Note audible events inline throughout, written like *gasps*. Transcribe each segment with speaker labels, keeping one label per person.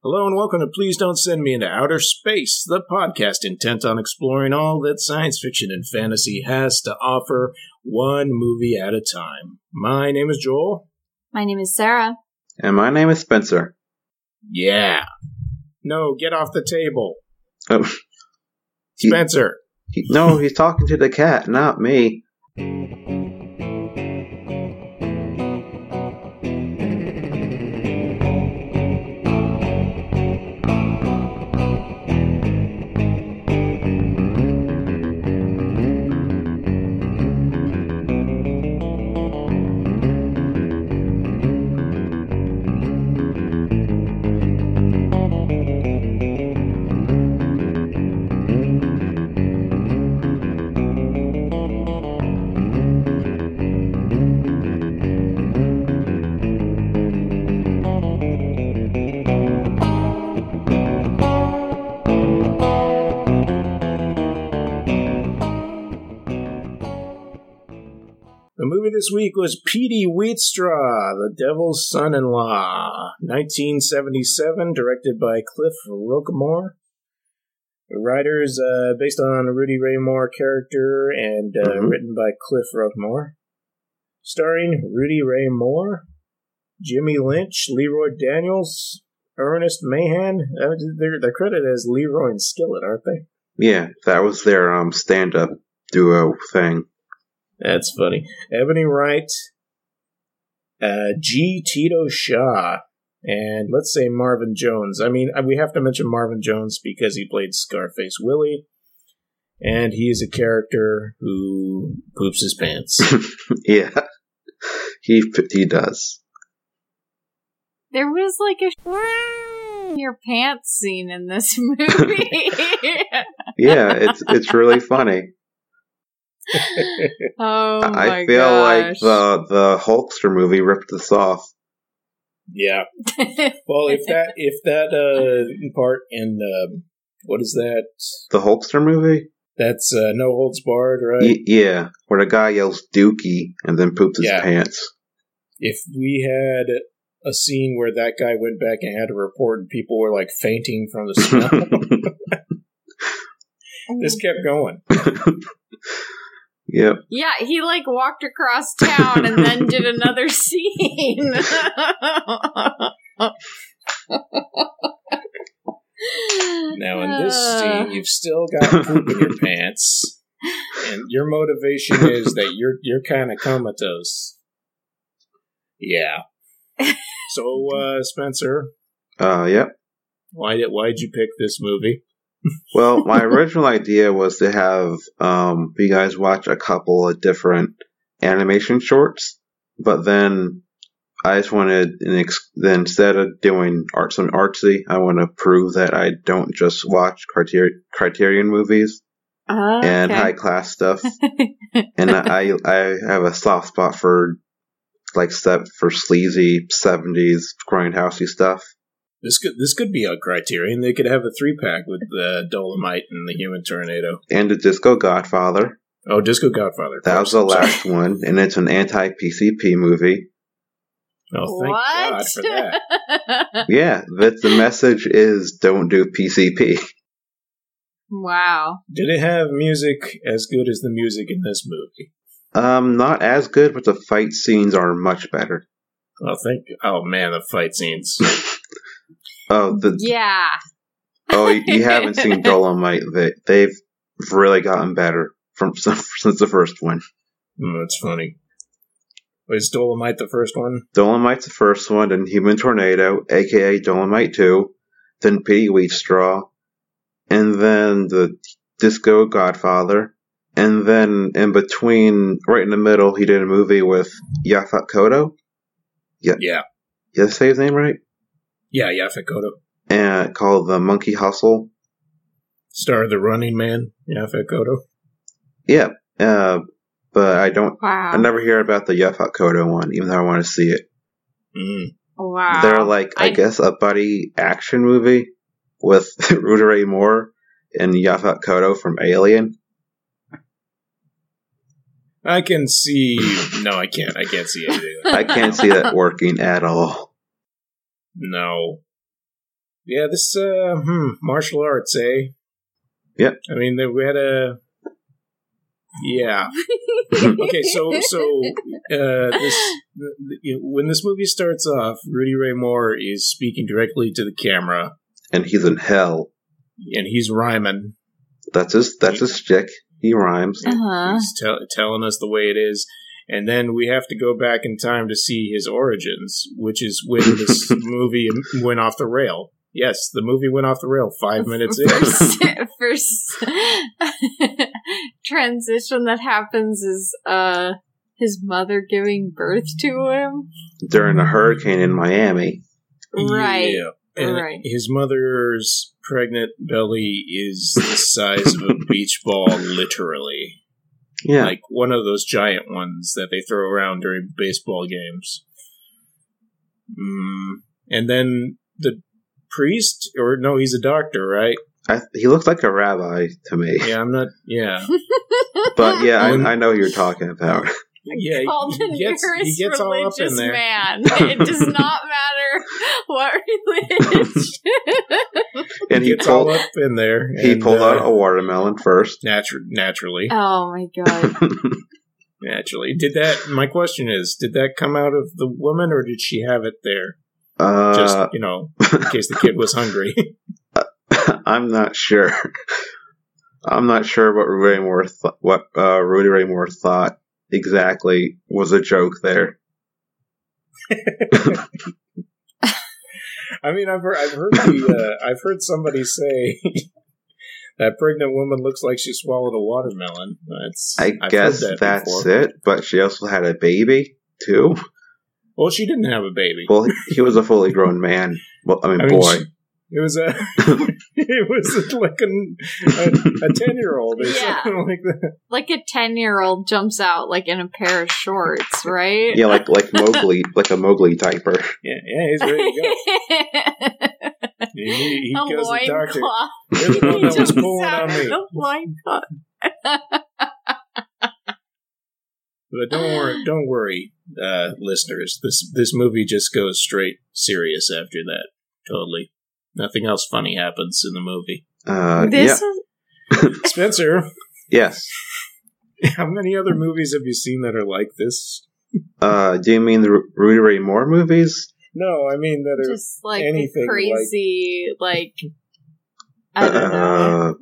Speaker 1: Hello and welcome to Please Don't Send Me into Outer Space, the podcast intent on exploring all that science fiction and fantasy has to offer, one movie at a time. My name is Joel.
Speaker 2: My name is Sarah.
Speaker 3: And my name is Spencer.
Speaker 1: Yeah. No, get off the table.
Speaker 3: Oh, *laughs* He-
Speaker 1: Spencer.
Speaker 3: he- no, he's talking to the cat, not me.
Speaker 1: The movie this week was P.D. Wheatstraw, The Devil's Son in Law, 1977, directed by Cliff Roquemore. The writer is uh, based on a Rudy Ray Moore character and uh,
Speaker 3: Mhm.
Speaker 1: written by Cliff Roquemore. Starring Rudy Ray Moore, Jimmy Lynch, Leroy Daniels, Ernest Mahan. Uh, they're, they're credited as Leroy and Skillet, aren't they?
Speaker 3: Yeah, that was their um stand up duo thing. *laughs*
Speaker 1: That's funny. Ebony Wright, uh, G. Tito Shaw, and let's say Marvin Jones. I mean, uh, we have to mention Marvin Jones because he played Scarface Willie, and he is a character who poops his pants.
Speaker 3: Yeah. He he does.
Speaker 2: There was like a sh- in *laughs* your pants scene in this
Speaker 1: *laughs*
Speaker 2: *laughs* movie.
Speaker 3: Yeah, it's it's
Speaker 2: *laughs*
Speaker 3: really funny.
Speaker 2: oh my
Speaker 3: I feel like
Speaker 2: gosh.
Speaker 3: the the Hulkster movie ripped this off.
Speaker 1: yeah.
Speaker 2: *laughs*
Speaker 1: Well, if that if that uh, part in um, what is that?
Speaker 3: The Hulkster movie?
Speaker 1: That's uh, no holds barred, right?
Speaker 3: Y- yeah, where the guy yells "Dookie" and then poops his
Speaker 1: Yeah.
Speaker 2: *laughs*
Speaker 3: pants. *laughs*
Speaker 1: if we had a scene where that guy went back and had to report and people were like fainting from the smell this kept going
Speaker 3: yep.
Speaker 2: yeah, he like walked across town and
Speaker 3: *laughs*
Speaker 2: then did another scene. *laughs*
Speaker 1: now in this
Speaker 2: Uh,
Speaker 1: scene you've still
Speaker 3: *laughs*
Speaker 1: got poop in your pants and your motivation is that you're you're kind of comatose yeah so uh spencer
Speaker 3: Uh, yep.
Speaker 1: why did why'd you pick this movie
Speaker 3: Well, my original idea was to have um, you guys watch a couple of different animation shorts, but then I just wanted an ex- then instead of doing art some artsy, I want to prove that I don't just watch criter- Criterion movies
Speaker 2: Oh,
Speaker 3: and
Speaker 2: okay.
Speaker 3: high class stuff. and I I have a soft spot for like step for sleazy seventies grindhousey stuff.
Speaker 1: this could this could be a criterion they could have a three pack with the dolomite and the human tornado
Speaker 3: And the Disco Godfather.
Speaker 1: oh disco godfather
Speaker 3: That was the last one, and it's an anti PCP movie.
Speaker 1: oh thank
Speaker 2: What?
Speaker 1: god for
Speaker 2: *laughs*
Speaker 1: that
Speaker 3: Yeah, that the message is don't do PCP.
Speaker 2: wow.
Speaker 1: Did it have music as good as the music in this movie?
Speaker 3: Um, not as good, but the fight scenes are much better. *laughs*
Speaker 1: Oh, thank. Oh man, the fight scenes.
Speaker 3: Oh, the
Speaker 2: Yeah.
Speaker 3: oh, you, you haven't seen Dolomite? They they've really gotten better from *laughs* since the first one.
Speaker 1: Mm, that's funny. Was Dolomite the first one?
Speaker 3: Dolomite's the first one, then Human Tornado, aka Dolomite 2, then Pity Wheatstraw, and then the Disco Godfather, and then in between, right in the middle, he did a movie with Yaphet Koto.
Speaker 1: Yeah,
Speaker 3: Did I say his name right?
Speaker 1: yeah, yeah. Fakoto,
Speaker 3: And called The Monkey Hustle.
Speaker 1: star of the Running Man. Yeah, Fakoto.
Speaker 3: Yeah, uh, but I don't.
Speaker 2: Wow.
Speaker 3: I never hear about the Yaphet Koto one, even though I want to see it.
Speaker 1: Mm.
Speaker 2: wow.
Speaker 3: They're like, I,
Speaker 2: I-
Speaker 3: guess, a buddy action movie with *laughs* Rudy Ray Moore and Yaphet Koto from Alien.
Speaker 1: I can see. *coughs* No, I can't. I can't *laughs* see anything.
Speaker 3: I can't see that working at all.
Speaker 1: No. Yeah, this uh, hmm, martial arts, eh?
Speaker 3: Yep.
Speaker 1: I mean, they- we had a yeah. Okay, so *laughs* so uh, this th- th- when this movie starts off, Rudy Ray Moore is speaking directly to the camera,
Speaker 3: And he's in hell.
Speaker 1: and he's rhyming.
Speaker 3: That's his. That's his shtick. He rhymes.
Speaker 2: *laughs* Uh-huh.
Speaker 1: He's tell telling us the way it is. And then we have to go back in time to see his origins, which is when
Speaker 2: *laughs*
Speaker 1: this movie went off the rail. Yes, the movie went off the rail
Speaker 2: *laughs*
Speaker 1: five minutes in. *laughs*
Speaker 2: First, first *laughs* transition that happens is uh his mother giving birth to him.
Speaker 3: During a hurricane in Miami,
Speaker 2: Right.
Speaker 1: Yeah. And
Speaker 2: Right.
Speaker 1: his mother's pregnant belly is the size
Speaker 2: *laughs*
Speaker 1: of a beach ball, literally.
Speaker 3: yeah,
Speaker 1: Like one of those giant ones that they throw around during baseball games. Mm. And then the priest, or no, he's a doctor, right?
Speaker 3: I, he looks like a rabbi to me.
Speaker 1: *laughs* Yeah, I'm not.
Speaker 2: *laughs*
Speaker 1: Yeah.
Speaker 3: But yeah,
Speaker 1: Um,
Speaker 3: I, I know who you're talking about.
Speaker 1: Yeah. *laughs* he-
Speaker 2: Called the
Speaker 1: he gets, he
Speaker 2: nearest
Speaker 1: gets all up in
Speaker 2: religious
Speaker 1: there. *laughs*
Speaker 2: man. It does not matter what
Speaker 1: *laughs*
Speaker 2: religion.
Speaker 3: And he
Speaker 1: gets all
Speaker 3: pulled
Speaker 1: up in there.
Speaker 3: he
Speaker 1: and,
Speaker 3: pulled
Speaker 1: uh,
Speaker 3: out a watermelon first.
Speaker 1: natu- naturally.
Speaker 2: oh my god.
Speaker 1: Naturally. Did that my question is, did that come out of the woman or did she have it there? Just,
Speaker 3: Uh,
Speaker 1: you know,
Speaker 3: *laughs*
Speaker 1: in case the kid was hungry. *laughs*
Speaker 3: I'm not sure. I'm not sure what Rudy Ray Moore th- what uh, Rudy Ray Moore thought exactly was a joke there.
Speaker 1: I mean, I've heard, I've heard the uh, I've heard somebody say *laughs* that pregnant woman looks like she swallowed a watermelon. That's
Speaker 3: I
Speaker 1: I've
Speaker 3: guess
Speaker 1: heard that
Speaker 3: that's
Speaker 1: before.
Speaker 3: it. But she also had a baby too.
Speaker 1: Well, she didn't have a baby.
Speaker 3: Well, he was a fully grown man. Well, I mean,
Speaker 1: I mean,
Speaker 3: boy.
Speaker 1: she- it was
Speaker 3: *laughs*
Speaker 1: a *laughs* it was like an, a a ten year old or
Speaker 2: Yeah.
Speaker 1: something *laughs* like that.
Speaker 2: Like a 10 year old jumps out like in a pair of shorts, right?
Speaker 3: yeah, like like Mowgli, like a Mowgli typer.
Speaker 1: Yeah, yeah, he's ready to
Speaker 2: *laughs*
Speaker 1: go. He, he
Speaker 2: a
Speaker 1: goes to the doctor.
Speaker 2: loincloth. *laughs*
Speaker 1: You're *laughs* the one that was pulling on me.
Speaker 2: The loincloth.
Speaker 1: But don't
Speaker 2: *gasps*
Speaker 1: worry, don't worry, uh, listeners. This this movie just goes straight serious after that. Totally, nothing else funny happens in the movie.
Speaker 3: Uh, yeah.
Speaker 2: This is
Speaker 1: Spencer, *laughs*
Speaker 3: Yes.
Speaker 1: how many other movies have you seen that are like this?
Speaker 3: Uh, do you mean the Ru- Rudy Ray Moore movies?
Speaker 1: No, I mean that are
Speaker 2: just like
Speaker 1: anything
Speaker 2: crazy, like, I don't know.
Speaker 3: Uh,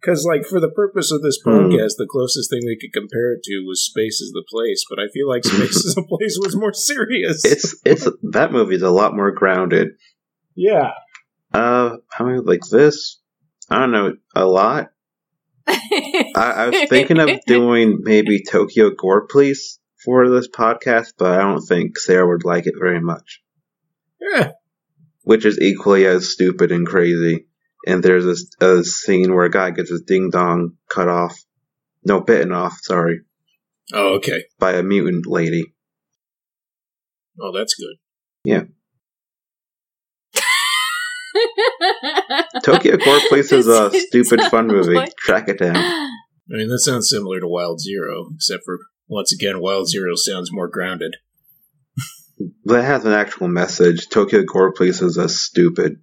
Speaker 1: because, like, for the purpose of this
Speaker 3: Hmm.
Speaker 1: podcast, the closest thing we could compare it to was Space is the Place. But I feel
Speaker 3: *laughs*
Speaker 1: like Space is the Place was more serious.
Speaker 3: it's it's that movie's a lot more grounded.
Speaker 1: yeah,
Speaker 3: Uh, I mean, like this. I don't know a lot. *laughs* I, I was thinking of doing maybe Tokyo Gore Police for this podcast, but I don't think Sarah would like it very much.
Speaker 1: yeah.
Speaker 3: which is equally as stupid and crazy. And there's this a scene where a guy gets his ding dong cut off, no, bitten off, sorry,
Speaker 1: Oh, okay.
Speaker 3: by a mutant lady.
Speaker 1: Oh, that's good.
Speaker 3: Tokyo Gore Police is a
Speaker 2: This is
Speaker 3: stupid fun movie.
Speaker 2: like-
Speaker 3: Track it down.
Speaker 1: I mean, that sounds similar to Wild Zero, except for once again, Wild Zero sounds more grounded.
Speaker 3: That has an actual message. Tokyo Gore Police is a stupid.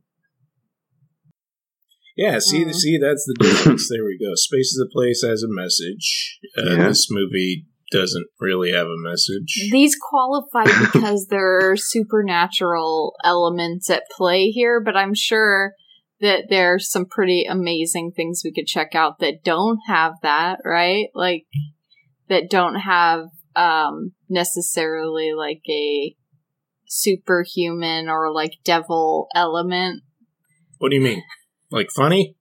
Speaker 1: Yeah, see,
Speaker 3: Hmm.
Speaker 2: Mm.
Speaker 1: see, that's the difference. there we go. Space is a place has a message. Uh,
Speaker 3: Yeah.
Speaker 1: This movie doesn't really have a message.
Speaker 2: *laughs* These qualify because there are supernatural elements at play here, but I'm sure that there are some pretty amazing things we could check out that don't have that, right? Like that don't have um necessarily like a superhuman or like devil element.
Speaker 1: What do you mean? Like funny?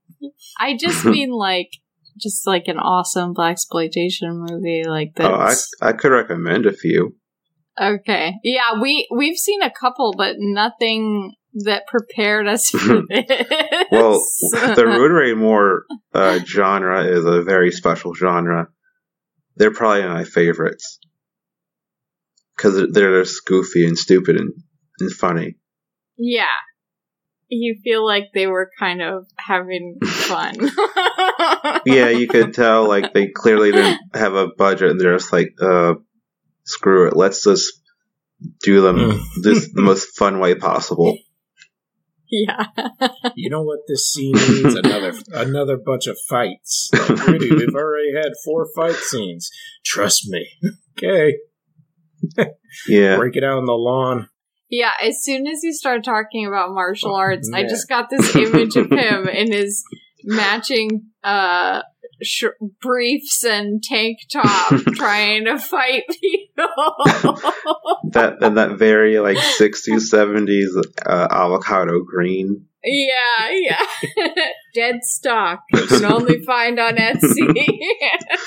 Speaker 2: I
Speaker 3: *laughs*
Speaker 2: just mean like just like an awesome black exploitation movie like that.
Speaker 3: Oh, I, I could recommend a few.
Speaker 2: Okay. Yeah, we we've seen a couple, but nothing that prepared
Speaker 3: *laughs*
Speaker 2: us for this. *laughs*
Speaker 3: Well, the Rotary Moore uh, genre is a very special genre. They're probably my favorites because they're just goofy and stupid and, and funny.
Speaker 2: yeah, you feel like they were kind of
Speaker 3: *laughs*
Speaker 2: having fun.
Speaker 3: Yeah, you could tell like they clearly didn't have a budget, and they're just like, uh, "Screw it, let's just do them
Speaker 1: Mm.
Speaker 3: this the most fun way possible."
Speaker 2: *laughs* Yeah.
Speaker 1: You know what this scene needs? Another another bunch of fights. Like, really, we've already had four fight scenes. Trust me. Okay.
Speaker 3: Yeah.
Speaker 1: Break it out on the lawn. *laughs*
Speaker 2: Yeah, as soon as you start talking about martial
Speaker 1: Oh,
Speaker 2: arts, I just got this
Speaker 1: *laughs*
Speaker 2: image of him in his matching uh sh- briefs and tank
Speaker 1: *laughs*
Speaker 2: top trying to fight people. *laughs*
Speaker 3: That and that very like 60s 70s uh, avocado green.
Speaker 2: yeah, yeah. *laughs* Dead stock. You can only find on Etsy. *laughs*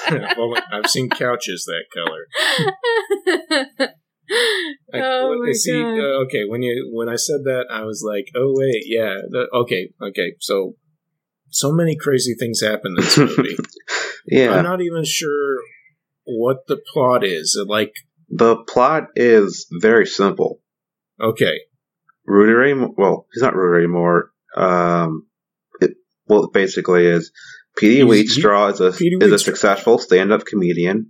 Speaker 1: I've, only, I've seen couches that color. I,
Speaker 2: oh
Speaker 1: when-
Speaker 2: my
Speaker 1: see,
Speaker 2: god.
Speaker 1: uh, okay, when you when I said that, I was like, oh wait, yeah, the, okay, okay. So, so many crazy things happen
Speaker 3: *laughs*
Speaker 1: in this movie. I'm
Speaker 3: Yeah.
Speaker 1: not even sure what the plot is. Like,
Speaker 3: The plot is very simple.
Speaker 1: okay,
Speaker 3: Rudy Ray, well, he's not Rudy Ray Moore. Um, it, well, it basically is. Petey
Speaker 1: He's-
Speaker 3: Wheatstraw is a
Speaker 1: Petey
Speaker 3: is a
Speaker 1: Wheatstraw.
Speaker 3: successful stand up comedian.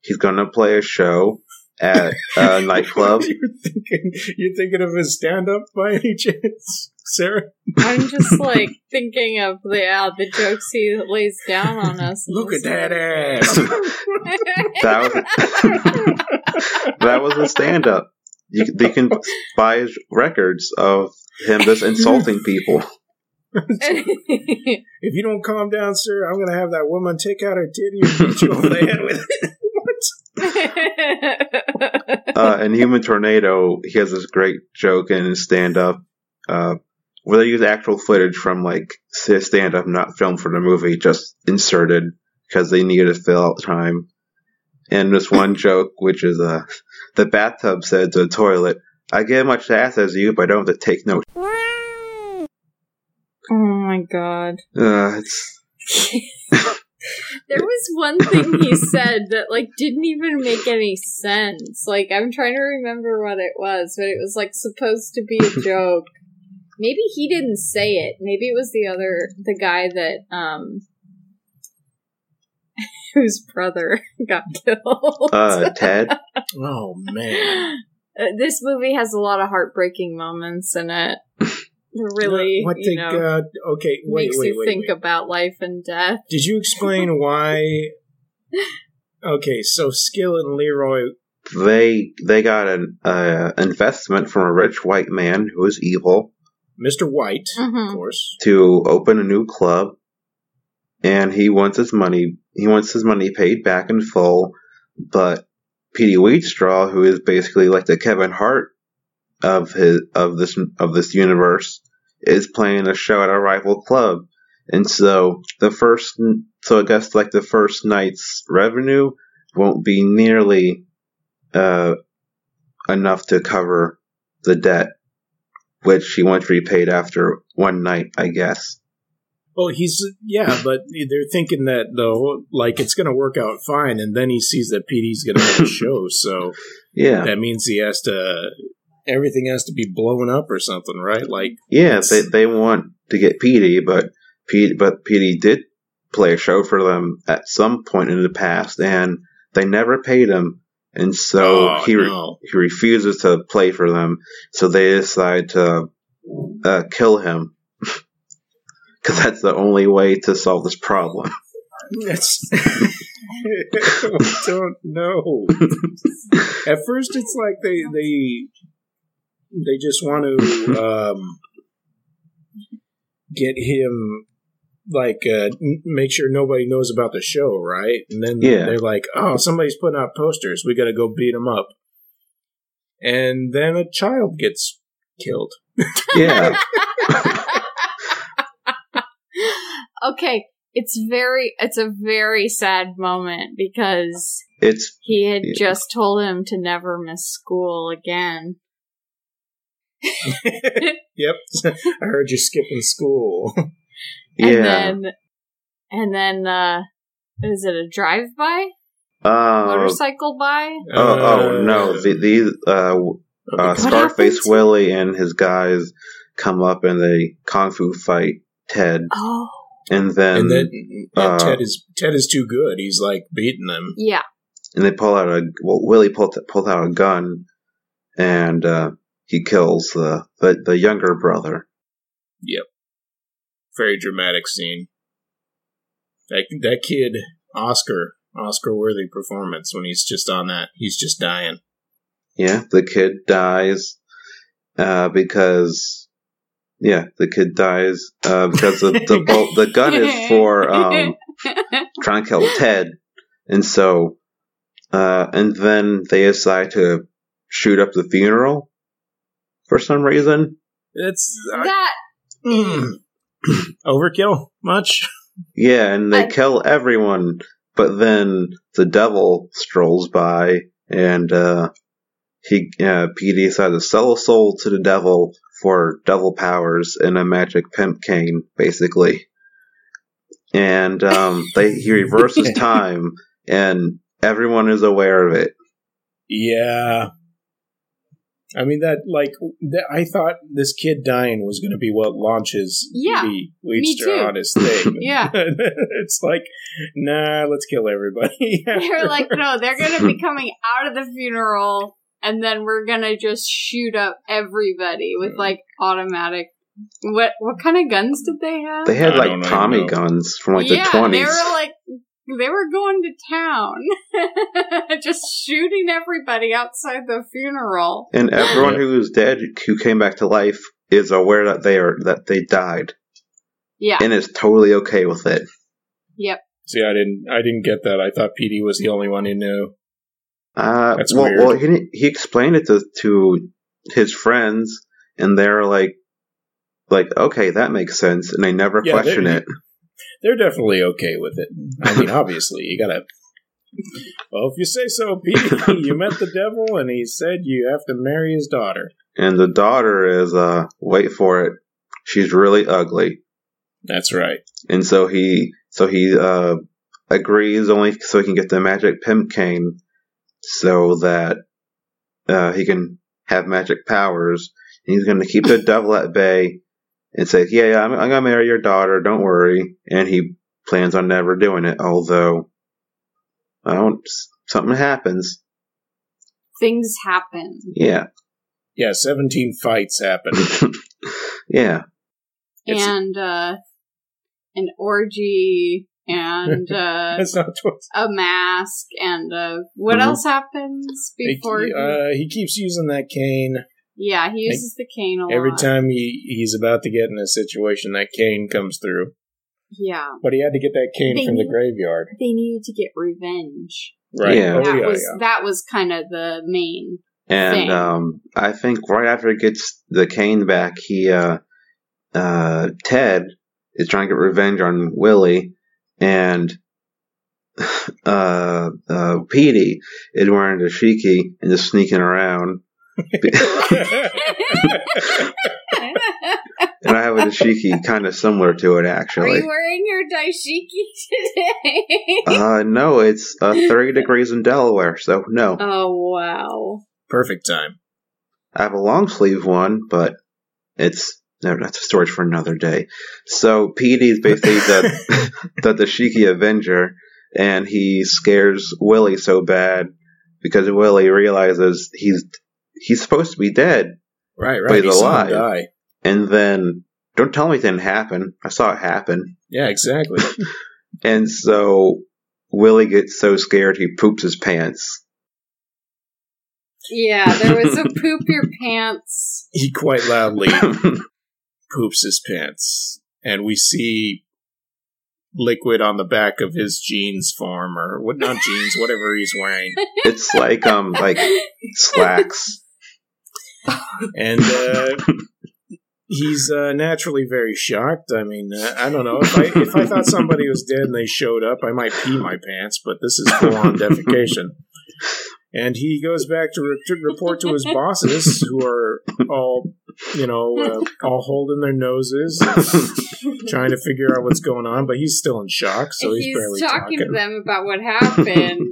Speaker 3: He's gonna play a show at a
Speaker 1: *laughs*
Speaker 3: nightclub.
Speaker 1: you're thinking you're thinking of his stand up by any chance, Sarah?
Speaker 2: I'm just like thinking of the yeah, the jokes he lays down on us.
Speaker 1: Look at that ass.
Speaker 3: That *laughs* that was a stand up. You, can- they can buy his records of him just insulting people.
Speaker 2: *laughs*
Speaker 1: *laughs* if you don't calm down, sir, I'm gonna have that woman take out her titty and beat you over the head with it. *laughs* what?
Speaker 3: Uh, in Human Tornado, he has this great joke in his stand up uh, where they use actual footage from like his stand up, not filmed for the movie, just inserted because they needed to fill out time. And this one joke, which is uh, the bathtub said to the toilet, I get as much ass as you, but I don't have to take no.
Speaker 2: oh my god.
Speaker 3: Uh, it's
Speaker 2: there was one thing *laughs* he said that like didn't even make any sense. Like I'm trying to remember what it was, but it was like supposed to be *laughs* a joke. Maybe he didn't say it. Maybe it was the other the guy that um *laughs* whose brother *laughs* got killed.
Speaker 3: uh, Ted.
Speaker 1: Oh man.
Speaker 2: Uh, this movie has a lot of heartbreaking moments in it. Really,
Speaker 1: What the
Speaker 2: you know,
Speaker 1: god? Okay, wait,
Speaker 2: makes
Speaker 1: wait,
Speaker 2: you
Speaker 1: wait.
Speaker 2: think
Speaker 1: wait.
Speaker 2: about life and death.
Speaker 1: Did you
Speaker 2: *laughs*
Speaker 1: explain why? Okay, so Skill and Leroy.
Speaker 3: they they got an uh, investment from a rich white man who is evil
Speaker 1: Mr. White, of
Speaker 2: Mhm.
Speaker 1: course.
Speaker 3: to open a new club, and he wants his money. He wants his money paid back in full, but Petey Wheatstraw, who is basically like the Kevin Hart of his of this of this universe, is playing a show at a rival club, and so the first so I guess like the first night's revenue won't be nearly uh, enough to cover the debt, which he wants repaid after one night, I guess.
Speaker 1: Well, he's yeah, but they're thinking that though, like it's going to work out fine, and then he sees that PD's going to *laughs* have a show, so
Speaker 3: Yeah,
Speaker 1: that means he has to. Everything has to be blown up or something, right? Like,
Speaker 3: yeah. They they want to get Petey, but Pete but Petey did play a show for them at some point in the past, and they never paid him, and so
Speaker 1: oh,
Speaker 3: he re-
Speaker 1: no.
Speaker 3: he refuses to play for them, so they decide to uh, kill him. *laughs* Because that's the only way to solve this problem.
Speaker 1: That's. *laughs* I don't know. At first, it's like they they they just want to um, get him like uh, n- make sure nobody knows about the show, right? And then
Speaker 3: Yeah.
Speaker 1: they're like, "Oh, somebody's putting out posters. We got to go beat him up." And then a child gets *laughs* killed.
Speaker 3: Yeah,
Speaker 2: okay, it's very it's a very sad moment because
Speaker 3: *laughs* it's
Speaker 2: he had
Speaker 3: Yeah.
Speaker 2: just told him to never miss school again.
Speaker 1: Yep, *laughs* I heard you skipping school.
Speaker 3: Oh,
Speaker 2: And
Speaker 3: yeah.
Speaker 2: then and then uh is it a drive by?
Speaker 3: uh,
Speaker 2: Motorcycle by?
Speaker 3: Oh, oh
Speaker 1: Uh,
Speaker 3: no! The, these uh, uh, Scarface
Speaker 2: happens?
Speaker 3: Willie and his guys come up and they kung fu fight Ted,
Speaker 2: Oh
Speaker 3: and then
Speaker 1: and then
Speaker 3: uh,
Speaker 1: Ted is Ted is too good. He's like beating them.
Speaker 3: *laughs*
Speaker 2: yeah. *laughs*
Speaker 3: and they pull out a well, Willie pulled pulled out a gun, and uh, he kills the, the the younger brother.
Speaker 1: Yep. Very dramatic scene. That that kid Oscar Oscar worthy performance when he's just on that he's just dying.
Speaker 3: Yeah, the kid dies uh, because yeah, the kid dies uh, because the the, bolt, the gun is for um, trying to kill Ted, and so uh, and then they decide to shoot up the funeral for some reason.
Speaker 1: It's I-
Speaker 2: that
Speaker 1: Mm. *clears throat* overkill much.
Speaker 3: Yeah, and they
Speaker 2: I-
Speaker 3: kill everyone, but then the devil strolls by and uh, he uh, PD decides to sell a soul to the devil for devil powers and a magic pimp cane, basically. And um, they he reverses time, and everyone is aware of it.
Speaker 1: Yeah. I mean that like th- I thought this kid dying was going to be what launches
Speaker 2: Yeah,
Speaker 1: the
Speaker 2: me
Speaker 1: Leechster
Speaker 2: too.
Speaker 1: on his thing.
Speaker 2: *laughs* Yeah.
Speaker 1: *laughs* it's like, nah, let's kill
Speaker 2: *laughs*
Speaker 1: everybody. *laughs*
Speaker 2: they were like, no, they're gonna be coming out of the funeral, and then we're gonna just shoot up everybody
Speaker 3: Mm.
Speaker 2: with like automatic. What what kind of guns did they have?
Speaker 3: They had
Speaker 1: I
Speaker 3: like
Speaker 1: don't
Speaker 3: Tommy
Speaker 1: know.
Speaker 3: guns from like
Speaker 2: yeah,
Speaker 3: the twenties.
Speaker 2: they were like they were going to town, *laughs* just shooting everybody outside the funeral.
Speaker 3: And everyone
Speaker 1: Yeah.
Speaker 3: who is dead, who came back to life, is aware that they are that they died,
Speaker 2: Yeah,
Speaker 3: and is totally okay with it.
Speaker 1: See, I didn't, I didn't get that. I thought PD was the only one who knew.
Speaker 3: Uh,
Speaker 1: That's
Speaker 3: well,
Speaker 1: weird.
Speaker 3: well, he didn't- he explained it to to his friends, and they're like, like, okay, that makes sense, and they never
Speaker 1: Yeah, they-
Speaker 3: question it.
Speaker 1: They're definitely okay with it. I mean, obviously, you gotta. Well, if you say so, PD, you met the devil, and he said you have to marry his daughter.
Speaker 3: And the daughter is, uh, wait for it, she's really ugly,
Speaker 1: That's right.
Speaker 3: and so he, so he, uh, agrees only so he can get the magic pimp cane, so that, uh, he can have magic powers. And he's going to keep the devil at bay and say, "Yeah, yeah, I'm, I'm gonna marry your daughter. Don't worry." And he plans on never doing it. Although, I don't. s- Something happens.
Speaker 2: things happen.
Speaker 3: Yeah, *laughs*
Speaker 1: Yeah, seventeen fights happened.
Speaker 3: yeah.
Speaker 1: It's-
Speaker 2: and uh, an orgy
Speaker 1: *laughs*
Speaker 2: and uh,
Speaker 1: *laughs* That's not tw-
Speaker 2: a mask and uh, what
Speaker 3: Mhm.
Speaker 2: else happens
Speaker 1: He-
Speaker 2: before? he-
Speaker 1: Uh-huh. uh, he keeps using that cane
Speaker 2: yeah, he uses the cane a lot.
Speaker 1: every time he, he's about to get in a situation. That cane comes through,
Speaker 2: Yeah,
Speaker 1: but he had to get that cane from the graveyard,
Speaker 2: they needed to get revenge.
Speaker 1: right?
Speaker 3: Yeah.
Speaker 1: Oh,
Speaker 2: that
Speaker 1: yeah,
Speaker 2: was
Speaker 1: yeah.
Speaker 2: that was kind of the
Speaker 1: *laughs*
Speaker 2: main.
Speaker 3: And
Speaker 2: Thing.
Speaker 3: um, I think right after he gets the cane back, he uh, uh, Ted is trying to get revenge on Willie, and *sighs* uh, uh, Petey is wearing a dashiki and just sneaking around.
Speaker 2: *laughs*
Speaker 3: And I have a
Speaker 2: *laughs*
Speaker 3: dashiki kind of similar to it,
Speaker 2: Are
Speaker 3: actually.
Speaker 2: you wearing your daishiki *laughs* today?
Speaker 3: Uh, no, it's uh, 30 degrees in Delaware, so no.
Speaker 2: oh wow!
Speaker 1: *laughs* Perfect time.
Speaker 3: I have a long sleeve one, but it's no, that's a story for another day. So PD is basically the the Dashiki Avenger, and he scares Willie so bad because Willie realizes he's he's supposed to be dead,
Speaker 1: Right, right.
Speaker 3: But he's
Speaker 1: he saw him
Speaker 3: alive.
Speaker 1: die.
Speaker 3: and then don't tell me it didn't happen. I saw it happen,
Speaker 1: Yeah, exactly.
Speaker 3: and so Willie gets so scared he poops his pants. *laughs*
Speaker 2: Yeah, there
Speaker 1: *laughs*
Speaker 2: was a poop your pants.
Speaker 1: *laughs* he quite loudly poops his pants, and we see liquid on the back of his jeans form, or what? Not jeans, whatever he's wearing,
Speaker 3: it's like
Speaker 2: *laughs*
Speaker 3: um like slacks.
Speaker 1: and uh, he's uh, naturally very shocked. I mean, uh, I don't know if I if I thought somebody was dead and they showed up, I might pee my pants, but this is full on defecation. And he goes back to, re- to report to his bosses, who are all, you know, uh, all holding their noses, trying to figure out what's going on. But he's still in shock, so he's,
Speaker 2: he's
Speaker 1: barely
Speaker 2: talking,
Speaker 1: talking.
Speaker 2: to them
Speaker 1: *laughs*
Speaker 2: about what happened.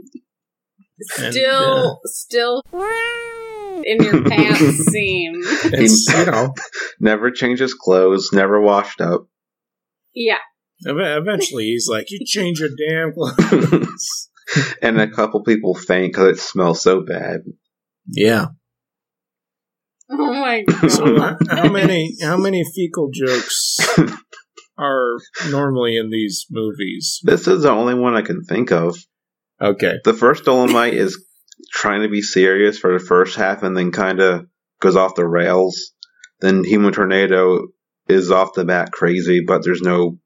Speaker 1: And, uh,
Speaker 2: still, still in your
Speaker 1: *laughs*
Speaker 2: pants scene.
Speaker 1: It's, you know,
Speaker 3: never changed his clothes, never washed up.
Speaker 2: Yeah,
Speaker 1: ev- eventually he's like, "You change your damn clothes."
Speaker 3: *laughs* and a couple people faint because it smells so bad.
Speaker 1: yeah.
Speaker 2: Oh
Speaker 1: *laughs*
Speaker 2: my god.
Speaker 1: So h- how many how many fecal jokes are normally in these movies?
Speaker 3: This is the only one I can think of.
Speaker 1: Okay.
Speaker 3: The first Dolomite is trying to be serious for the first half and then kind of goes off the rails. Then Human Tornado is off the bat crazy, but there's no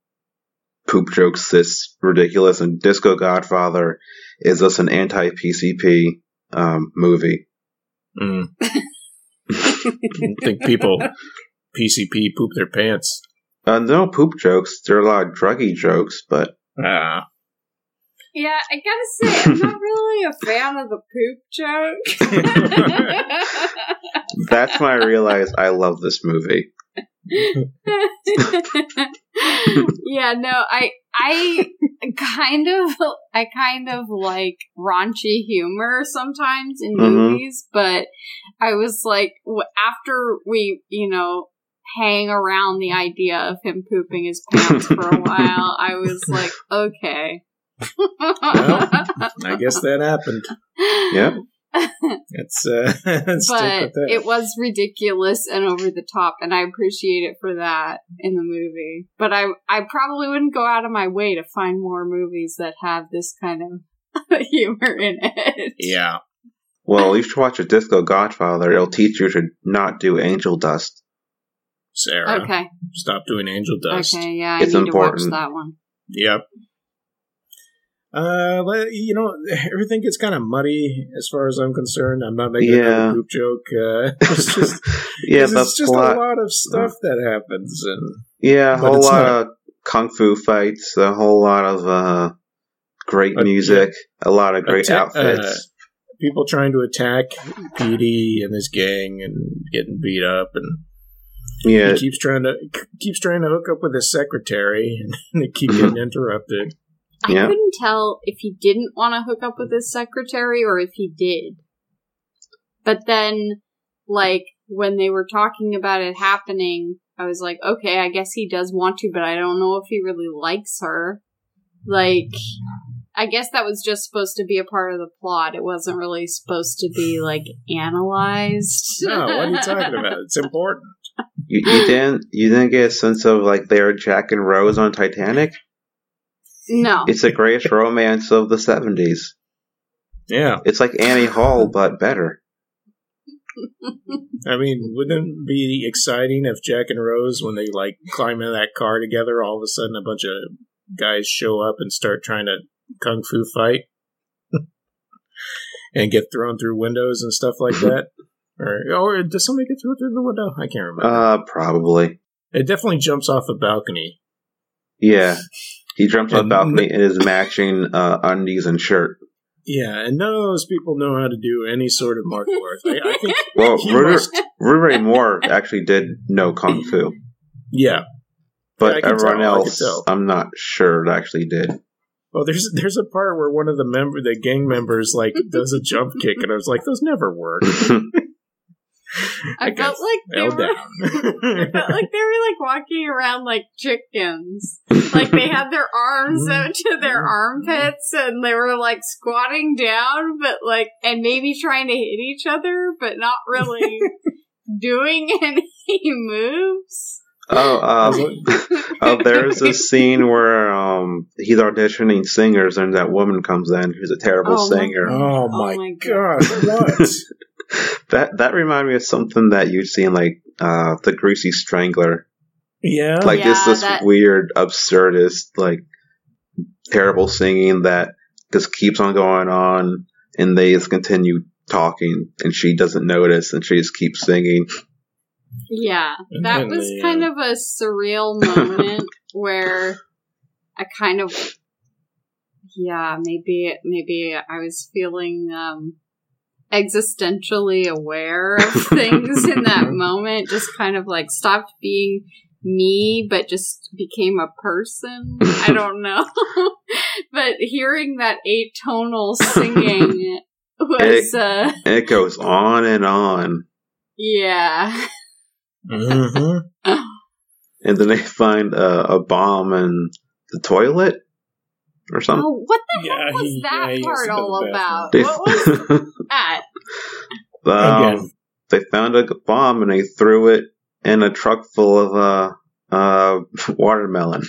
Speaker 3: poop jokes this ridiculous. And Disco Godfather is just an anti PCP um, movie.
Speaker 1: Mm. I *laughs* think people PCP poop their pants.
Speaker 3: Uh, no poop jokes. There are a lot of druggy jokes, but
Speaker 2: *laughs*
Speaker 1: Ah,
Speaker 2: Yeah, I gotta say, I'm not really a fan of the poop
Speaker 1: *laughs*
Speaker 2: joke.
Speaker 3: that's when I realized I love this movie.
Speaker 2: *laughs* yeah, no, I I kind of I kind of like raunchy humor sometimes in
Speaker 3: Mhm.
Speaker 2: movies, but I was like w- after we, you know, hang around the idea of him pooping his pants for a while, I was like, okay. *laughs*
Speaker 1: I guess that happened.
Speaker 3: Yep.
Speaker 1: It's uh, *laughs* it's stick
Speaker 2: but
Speaker 1: with that.
Speaker 2: it was ridiculous and over the top, and I appreciate it for that in the movie. But I, I probably wouldn't go out of my way to find more movies that have this kind of *laughs* humor in it.
Speaker 1: yeah.
Speaker 3: Well, you should watch a Disco Godfather. It'll teach you to not do angel dust.
Speaker 1: Sarah,
Speaker 2: Okay.
Speaker 1: stop doing angel dust.
Speaker 2: Okay. Yeah, I
Speaker 3: It's
Speaker 2: need to watch
Speaker 3: important.
Speaker 2: that one.
Speaker 1: Yep. Uh, but, you know, everything gets kind of muddy as far as I'm concerned. I'm not making
Speaker 3: Yeah.
Speaker 1: a poop joke. Uh, *laughs* *laughs* it's just,
Speaker 3: *laughs* yeah,
Speaker 1: 'cause
Speaker 3: the
Speaker 1: it's just
Speaker 3: plot.
Speaker 1: a lot of stuff that happens, and
Speaker 3: yeah, a
Speaker 1: but
Speaker 3: whole
Speaker 1: it's
Speaker 3: lot
Speaker 1: not.
Speaker 3: of kung fu fights, a whole lot of uh, great
Speaker 1: Uh,
Speaker 3: music, a lot of great
Speaker 1: Atta-
Speaker 3: outfits.
Speaker 1: uh, people trying to attack Petey and his gang and getting beat up, and
Speaker 3: yeah,
Speaker 1: he keeps trying to keeps trying to hook up with his secretary, and *laughs* they keep
Speaker 3: Mm-hmm.
Speaker 1: getting interrupted.
Speaker 2: I
Speaker 3: Yeah.
Speaker 2: couldn't tell if he didn't want to hook up with his secretary or if he did. But then, like, when they were talking about it happening, I was like, okay, I guess he does want to, but I don't know if he really likes her. Like, I guess that was just supposed to be a part of the plot. It wasn't really supposed to be, like, analyzed.
Speaker 1: No, what are you
Speaker 2: *laughs*
Speaker 1: talking about? It's important.
Speaker 3: you, you didn't you didn't get a sense of like they were Jack and Rose on Titanic. *laughs*
Speaker 2: No.
Speaker 3: It's the greatest romance of the seventies.
Speaker 1: Yeah,
Speaker 3: It's like Annie Hall but better.
Speaker 1: I mean, wouldn't it be exciting if Jack and Rose, when they like climb in that car together, all of a sudden a bunch of guys show up and start trying to kung fu fight *laughs* and get thrown through windows and stuff
Speaker 3: *laughs*
Speaker 1: like that? Or, or does somebody get thrown through the window? I can't remember.
Speaker 3: Uh, probably.
Speaker 1: It definitely jumps off a balcony.
Speaker 3: Yeah, he jumps on
Speaker 1: And-
Speaker 3: balcony in his matching uh, undies and shirt.
Speaker 1: Yeah, and none of those people know how to do any sort of martial arts. I, I
Speaker 3: *laughs*
Speaker 1: think, *laughs*
Speaker 3: Well,
Speaker 1: He
Speaker 3: Rudy,
Speaker 1: must-
Speaker 3: Rudy Moore actually did know kung fu,
Speaker 1: yeah. I
Speaker 3: but
Speaker 1: can
Speaker 3: everyone
Speaker 1: tell, I can
Speaker 3: else,
Speaker 1: tell.
Speaker 3: I'm not sure actually did. *laughs*
Speaker 1: Well, Oh, there's there's a part where one of the member, the gang members,
Speaker 2: *laughs*
Speaker 1: like does a jump kick, and I was like, those never work.
Speaker 2: I,
Speaker 1: I
Speaker 2: felt
Speaker 1: guess
Speaker 2: like they
Speaker 1: L
Speaker 2: were I felt
Speaker 1: down. *laughs*
Speaker 2: like they were like walking around like chickens. Like they had their arms out to their armpits and they were like squatting down, but like, and maybe trying to hit each other, but not really doing *laughs* any moves.
Speaker 3: oh, um, oh, there's a scene where um, he's auditioning singers, and that woman comes in who's a terrible
Speaker 2: Oh, my
Speaker 3: singer.
Speaker 1: oh my,
Speaker 2: my
Speaker 1: god, *laughs* what?
Speaker 3: That that reminded me of something that you'd see in like uh, the Greasy Strangler.
Speaker 1: yeah,
Speaker 3: Like this
Speaker 2: Oh, Yeah,
Speaker 3: this
Speaker 2: that-
Speaker 3: weird absurdist like terrible singing that just keeps on going on, and they just continue talking, and she doesn't notice, and she just keeps singing.
Speaker 2: Yeah,
Speaker 1: And
Speaker 2: that
Speaker 1: then
Speaker 2: was
Speaker 1: they,
Speaker 2: kind
Speaker 1: uh,
Speaker 2: of a surreal moment where I kind of yeah, maybe maybe I was feeling um existentially aware of things in that moment, just kind of like stopped being me but just became a person. I don't know. *laughs* but hearing that atonal singing was uh
Speaker 3: And it goes on and on.
Speaker 2: yeah. *laughs*
Speaker 1: Mhm.
Speaker 3: And then they find a, a bomb in the toilet or something.
Speaker 2: Oh, what
Speaker 1: *laughs*
Speaker 2: the
Speaker 1: Yeah,
Speaker 2: heck was
Speaker 1: he-
Speaker 2: that
Speaker 1: yeah, he has
Speaker 2: part
Speaker 1: to go to
Speaker 3: *laughs*
Speaker 2: all
Speaker 1: the
Speaker 2: about?
Speaker 3: They-
Speaker 2: What was that?
Speaker 3: Um,
Speaker 1: Again.
Speaker 3: they found a bomb and they threw it in a truck full of uh, uh, *laughs* watermelon.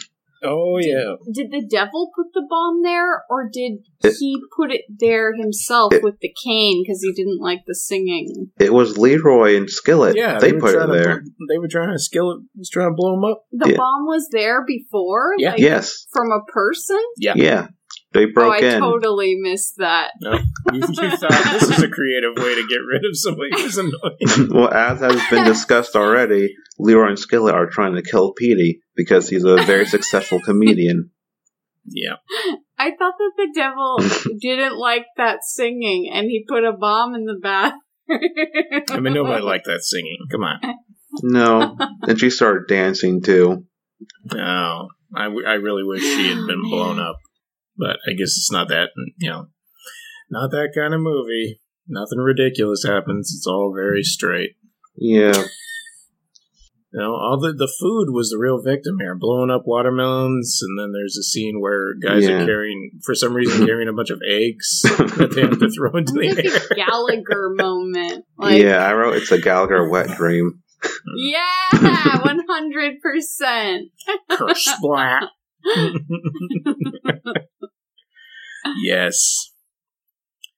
Speaker 1: Oh yeah.
Speaker 2: Did the devil put the bomb there, or did
Speaker 3: It-
Speaker 2: he put it there himself
Speaker 3: It-
Speaker 2: with the cane because he didn't like the singing?
Speaker 3: It was Leroy and Skillet.
Speaker 1: Yeah,
Speaker 3: they,
Speaker 1: were
Speaker 3: put it
Speaker 1: trying to
Speaker 3: there.
Speaker 1: bl- they were trying to skillet was trying to blow him
Speaker 2: *laughs*
Speaker 1: up.
Speaker 2: The
Speaker 3: Yeah.
Speaker 2: bomb was there before,
Speaker 1: Yeah.
Speaker 2: like
Speaker 3: yes.
Speaker 2: from a person.
Speaker 1: Yeah.
Speaker 3: Yeah. They broke
Speaker 2: oh, I
Speaker 3: in.
Speaker 2: totally missed that.
Speaker 1: You, you thought this is a creative way to get rid of somebody who's
Speaker 2: *laughs*
Speaker 1: annoying.
Speaker 3: *laughs* well, as has been discussed already, Leroy and Skillet are trying to kill Petey because he's a
Speaker 2: *laughs*
Speaker 3: very successful comedian.
Speaker 1: Yeah.
Speaker 2: I thought that the
Speaker 3: *laughs*
Speaker 2: devil didn't like that singing, and he put a bomb in the bath.
Speaker 1: *laughs* I mean nobody liked that singing. Come on.
Speaker 3: No. And she started dancing too.
Speaker 1: No. Oh, I, w- I really wish she had been
Speaker 2: Oh,
Speaker 1: blown
Speaker 2: man.
Speaker 1: up. But I guess it's not that you know not that kind of movie. Nothing ridiculous happens. It's all very straight.
Speaker 3: Yeah.
Speaker 1: You know, all the, the food was the real victim here, blowing up watermelons, and then there's a scene where guys
Speaker 3: Yeah.
Speaker 1: are carrying, for some reason, carrying a bunch of eggs that they have to throw into the
Speaker 2: It's
Speaker 1: air. *laughs*
Speaker 2: like a Gallagher moment. *laughs* Like,
Speaker 3: yeah, I wrote it's a Gallagher wet dream.
Speaker 2: yeah, one hundred percent.
Speaker 1: Curse splat. yes.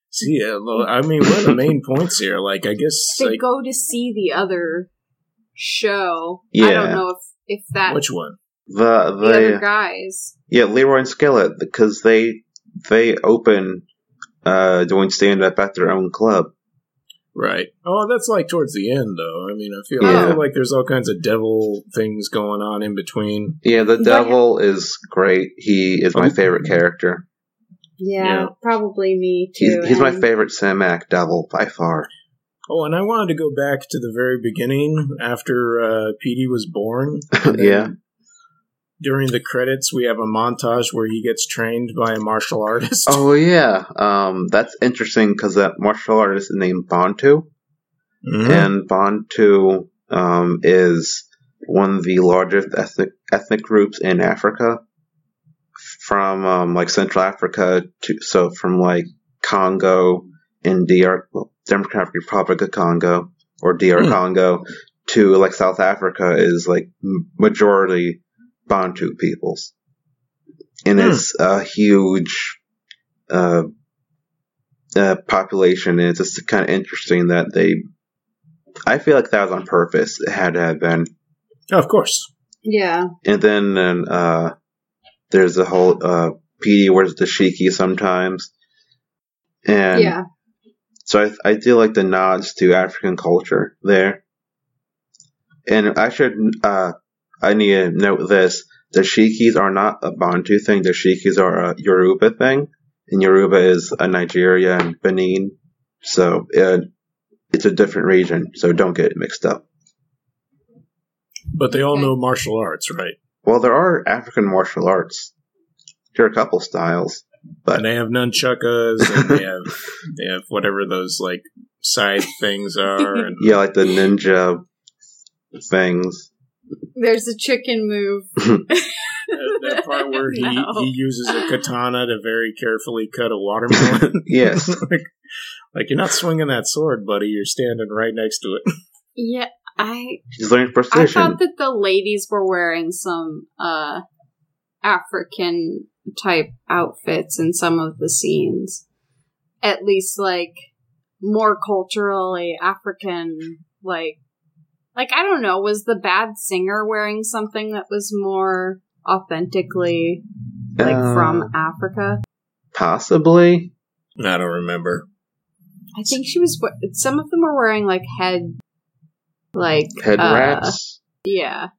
Speaker 1: See, yeah, well, I mean, one of the main points here, like, I guess,
Speaker 2: They
Speaker 1: like,
Speaker 2: go to see the other show. I
Speaker 3: Yeah.
Speaker 2: don't know if if that
Speaker 1: which one?
Speaker 3: The
Speaker 2: the other
Speaker 3: the
Speaker 2: guys.
Speaker 3: yeah Leroy and Skillet because they they open uh doing stand up at their own club.
Speaker 1: Right. Oh, that's like towards the end, though. I mean, I feel, I
Speaker 3: Yeah.
Speaker 1: feel like there's all kinds of devil things going on in between.
Speaker 3: Yeah, the
Speaker 2: But-
Speaker 3: devil is great. He is my
Speaker 1: Oh.
Speaker 3: favorite character.
Speaker 2: Yeah,
Speaker 1: Yeah.
Speaker 2: probably me
Speaker 3: He's,
Speaker 2: too.
Speaker 3: he's my
Speaker 2: and-
Speaker 3: favorite Samac devil by far.
Speaker 1: Oh, and I wanted to go back to the very beginning after uh, Petey was
Speaker 3: *laughs*
Speaker 1: born. And then
Speaker 3: yeah,
Speaker 1: During the credits, we have a montage where he gets trained by a martial artist.
Speaker 3: Oh yeah, um, that's interesting because that martial artist is named Bantu,
Speaker 1: Mhm.
Speaker 3: and Bantu um, is one of the largest ethnic ethnic groups in Africa, from um, like Central Africa to so from like Congo and DR well, Democratic Republic of Congo or DR
Speaker 1: Hmm.
Speaker 3: Congo to like South Africa is like m- majority Bantu peoples, and
Speaker 1: Hmm.
Speaker 3: it's a huge. Uh, uh, population, and it's just kind of interesting that they. I feel like that was on purpose. It had to have been.
Speaker 1: of course.
Speaker 2: Yeah.
Speaker 3: And then uh, there's the whole uh, PD wears the shiki sometimes, and
Speaker 2: yeah.
Speaker 3: so I I do like the nods to African culture there. And I should uh, I need to note this: the shikis are not a Bantu thing. The shikis are a Yoruba thing, and Yoruba is a Nigeria and Benin, so uh it's a different region. So don't get it mixed up.
Speaker 1: But they all
Speaker 2: Okay.
Speaker 1: know martial arts, right?
Speaker 3: Well, there are African martial arts. There are a couple styles.
Speaker 1: And they have nunchakas and they have
Speaker 2: *laughs*
Speaker 1: they have whatever those like side things are. And
Speaker 3: Yeah, like the ninja things.
Speaker 2: There's a chicken *laughs*
Speaker 3: *laughs*
Speaker 2: move.
Speaker 1: that, that part where he,
Speaker 2: *laughs* No.
Speaker 1: he uses a katana to very carefully cut a watermelon. *laughs*
Speaker 3: Yes.
Speaker 1: like, like you're not swinging that sword, buddy. You're standing right next to it.
Speaker 2: Yeah, I
Speaker 3: He's learning
Speaker 2: I
Speaker 3: precision.
Speaker 2: thought that the ladies were wearing some uh African type outfits in some of the scenes. At least like more culturally African like like I don't know, was the bad singer wearing something that was more authentically like
Speaker 3: Uh,
Speaker 2: from Africa?
Speaker 3: Possibly.
Speaker 1: I don't remember.
Speaker 2: I think she was we- some of them were wearing like head like
Speaker 3: Head
Speaker 2: uh,
Speaker 3: wraps.
Speaker 2: Yeah.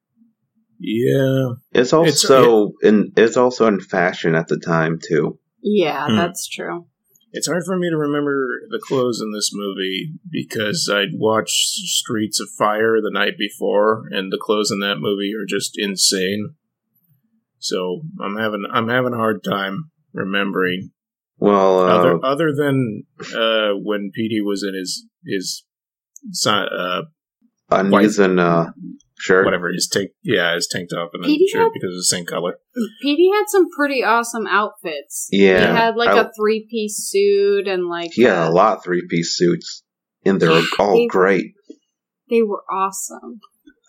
Speaker 1: Yeah. it's-
Speaker 3: It's also in it's also in fashion at the time too.
Speaker 2: Yeah,
Speaker 1: Hmm.
Speaker 2: that's true.
Speaker 1: It's hard for me to remember the clothes in this movie because I'd watched Streets of Fire the night before and the clothes in that movie are just insane. So I'm having I'm having a hard time remembering.
Speaker 3: Well, uh,
Speaker 1: other other than uh, when Petey was in his his si- uh,
Speaker 3: undies and uh, shirt.
Speaker 1: whatever his tank yeah, his tank top and
Speaker 2: Petey
Speaker 1: his shirt
Speaker 2: had-
Speaker 1: because it's the same color.
Speaker 2: PD had some pretty awesome outfits.
Speaker 3: Yeah,
Speaker 2: He had like
Speaker 3: I-
Speaker 2: a three piece suit and like
Speaker 3: He had
Speaker 2: a-
Speaker 3: a lot of three piece suits, and they
Speaker 2: *laughs*
Speaker 3: were
Speaker 2: Yeah,
Speaker 3: all
Speaker 2: they-
Speaker 3: great.
Speaker 2: They were awesome.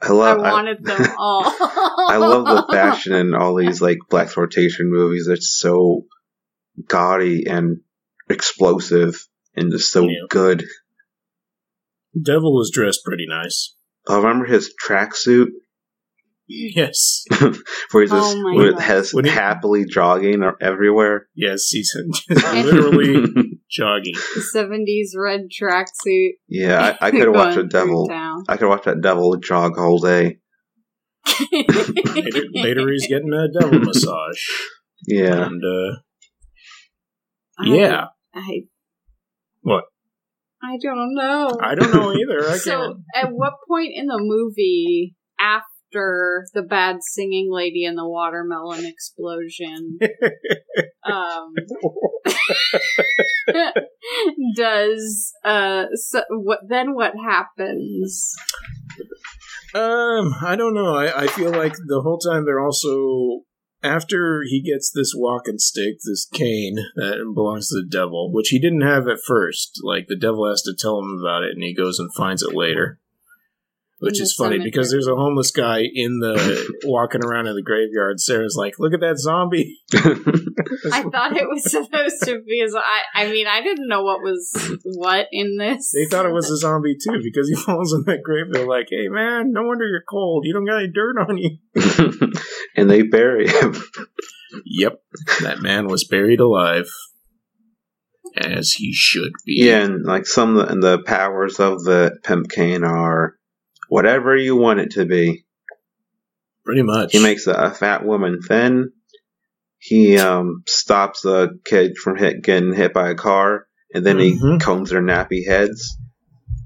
Speaker 3: I love.
Speaker 2: I wanted
Speaker 3: *laughs*
Speaker 2: them all.
Speaker 3: I love
Speaker 2: *laughs*
Speaker 3: the fashion in all these like black exploitation movies. It's so gaudy and explosive and just so
Speaker 1: Yeah.
Speaker 3: good.
Speaker 1: Devil was dressed pretty nice.
Speaker 3: I Oh, remember his tracksuit *laughs*
Speaker 1: Yes,
Speaker 3: where he's
Speaker 2: Oh
Speaker 3: just
Speaker 2: my
Speaker 3: with
Speaker 2: God.
Speaker 3: has
Speaker 1: When he-
Speaker 3: happily jogging or
Speaker 2: *laughs*
Speaker 3: everywhere. *laughs*
Speaker 1: yes, he's *laughs* literally jogging.
Speaker 2: Seventies red tracksuit.
Speaker 3: yeah, I, I could watch a
Speaker 2: going
Speaker 3: devil.
Speaker 2: through town.
Speaker 3: I could watch that devil jog all day.
Speaker 2: *laughs*
Speaker 1: Later, later he's getting a devil massage.
Speaker 3: Yeah,
Speaker 1: And, uh,
Speaker 2: I-
Speaker 1: yeah,
Speaker 2: I.
Speaker 1: What?
Speaker 2: I don't know.
Speaker 1: I don't know either.
Speaker 2: *laughs*
Speaker 1: I
Speaker 2: so,
Speaker 1: can't.
Speaker 2: at what point in the movie after the bad singing lady and the watermelon explosion,
Speaker 1: *laughs*
Speaker 2: um, *laughs* does uh, so, what then? What happens?
Speaker 1: Um, I don't know. I, I feel like the whole time they're also after he gets this walking stick, this cane that belongs to the devil, which he didn't have at first. Like the devil has to tell him about it, and he goes and finds it later. Which
Speaker 2: In
Speaker 1: is
Speaker 2: the
Speaker 1: funny because
Speaker 2: cemetery.
Speaker 1: there's a homeless guy in the walking around in the graveyard. Sarah's like, "Look at that zombie."
Speaker 2: I thought it was supposed to be. As I, I mean, I didn't know what was what in this.
Speaker 1: They thought it was a zombie too because he *laughs* falls in that grave. They're like, "Hey man, no wonder you're cold. You don't got any dirt on you."
Speaker 3: *laughs* and they bury him.
Speaker 1: Yep, that man was buried alive, as he should be.
Speaker 3: Yeah, and like some of the, and the powers of the pimp cane are whatever you want it to be.
Speaker 1: pretty much.
Speaker 3: He makes a, a fat woman thin. He um, stops a kid from hit, getting hit by a car, and then he
Speaker 1: Mhm.
Speaker 3: combs their nappy heads.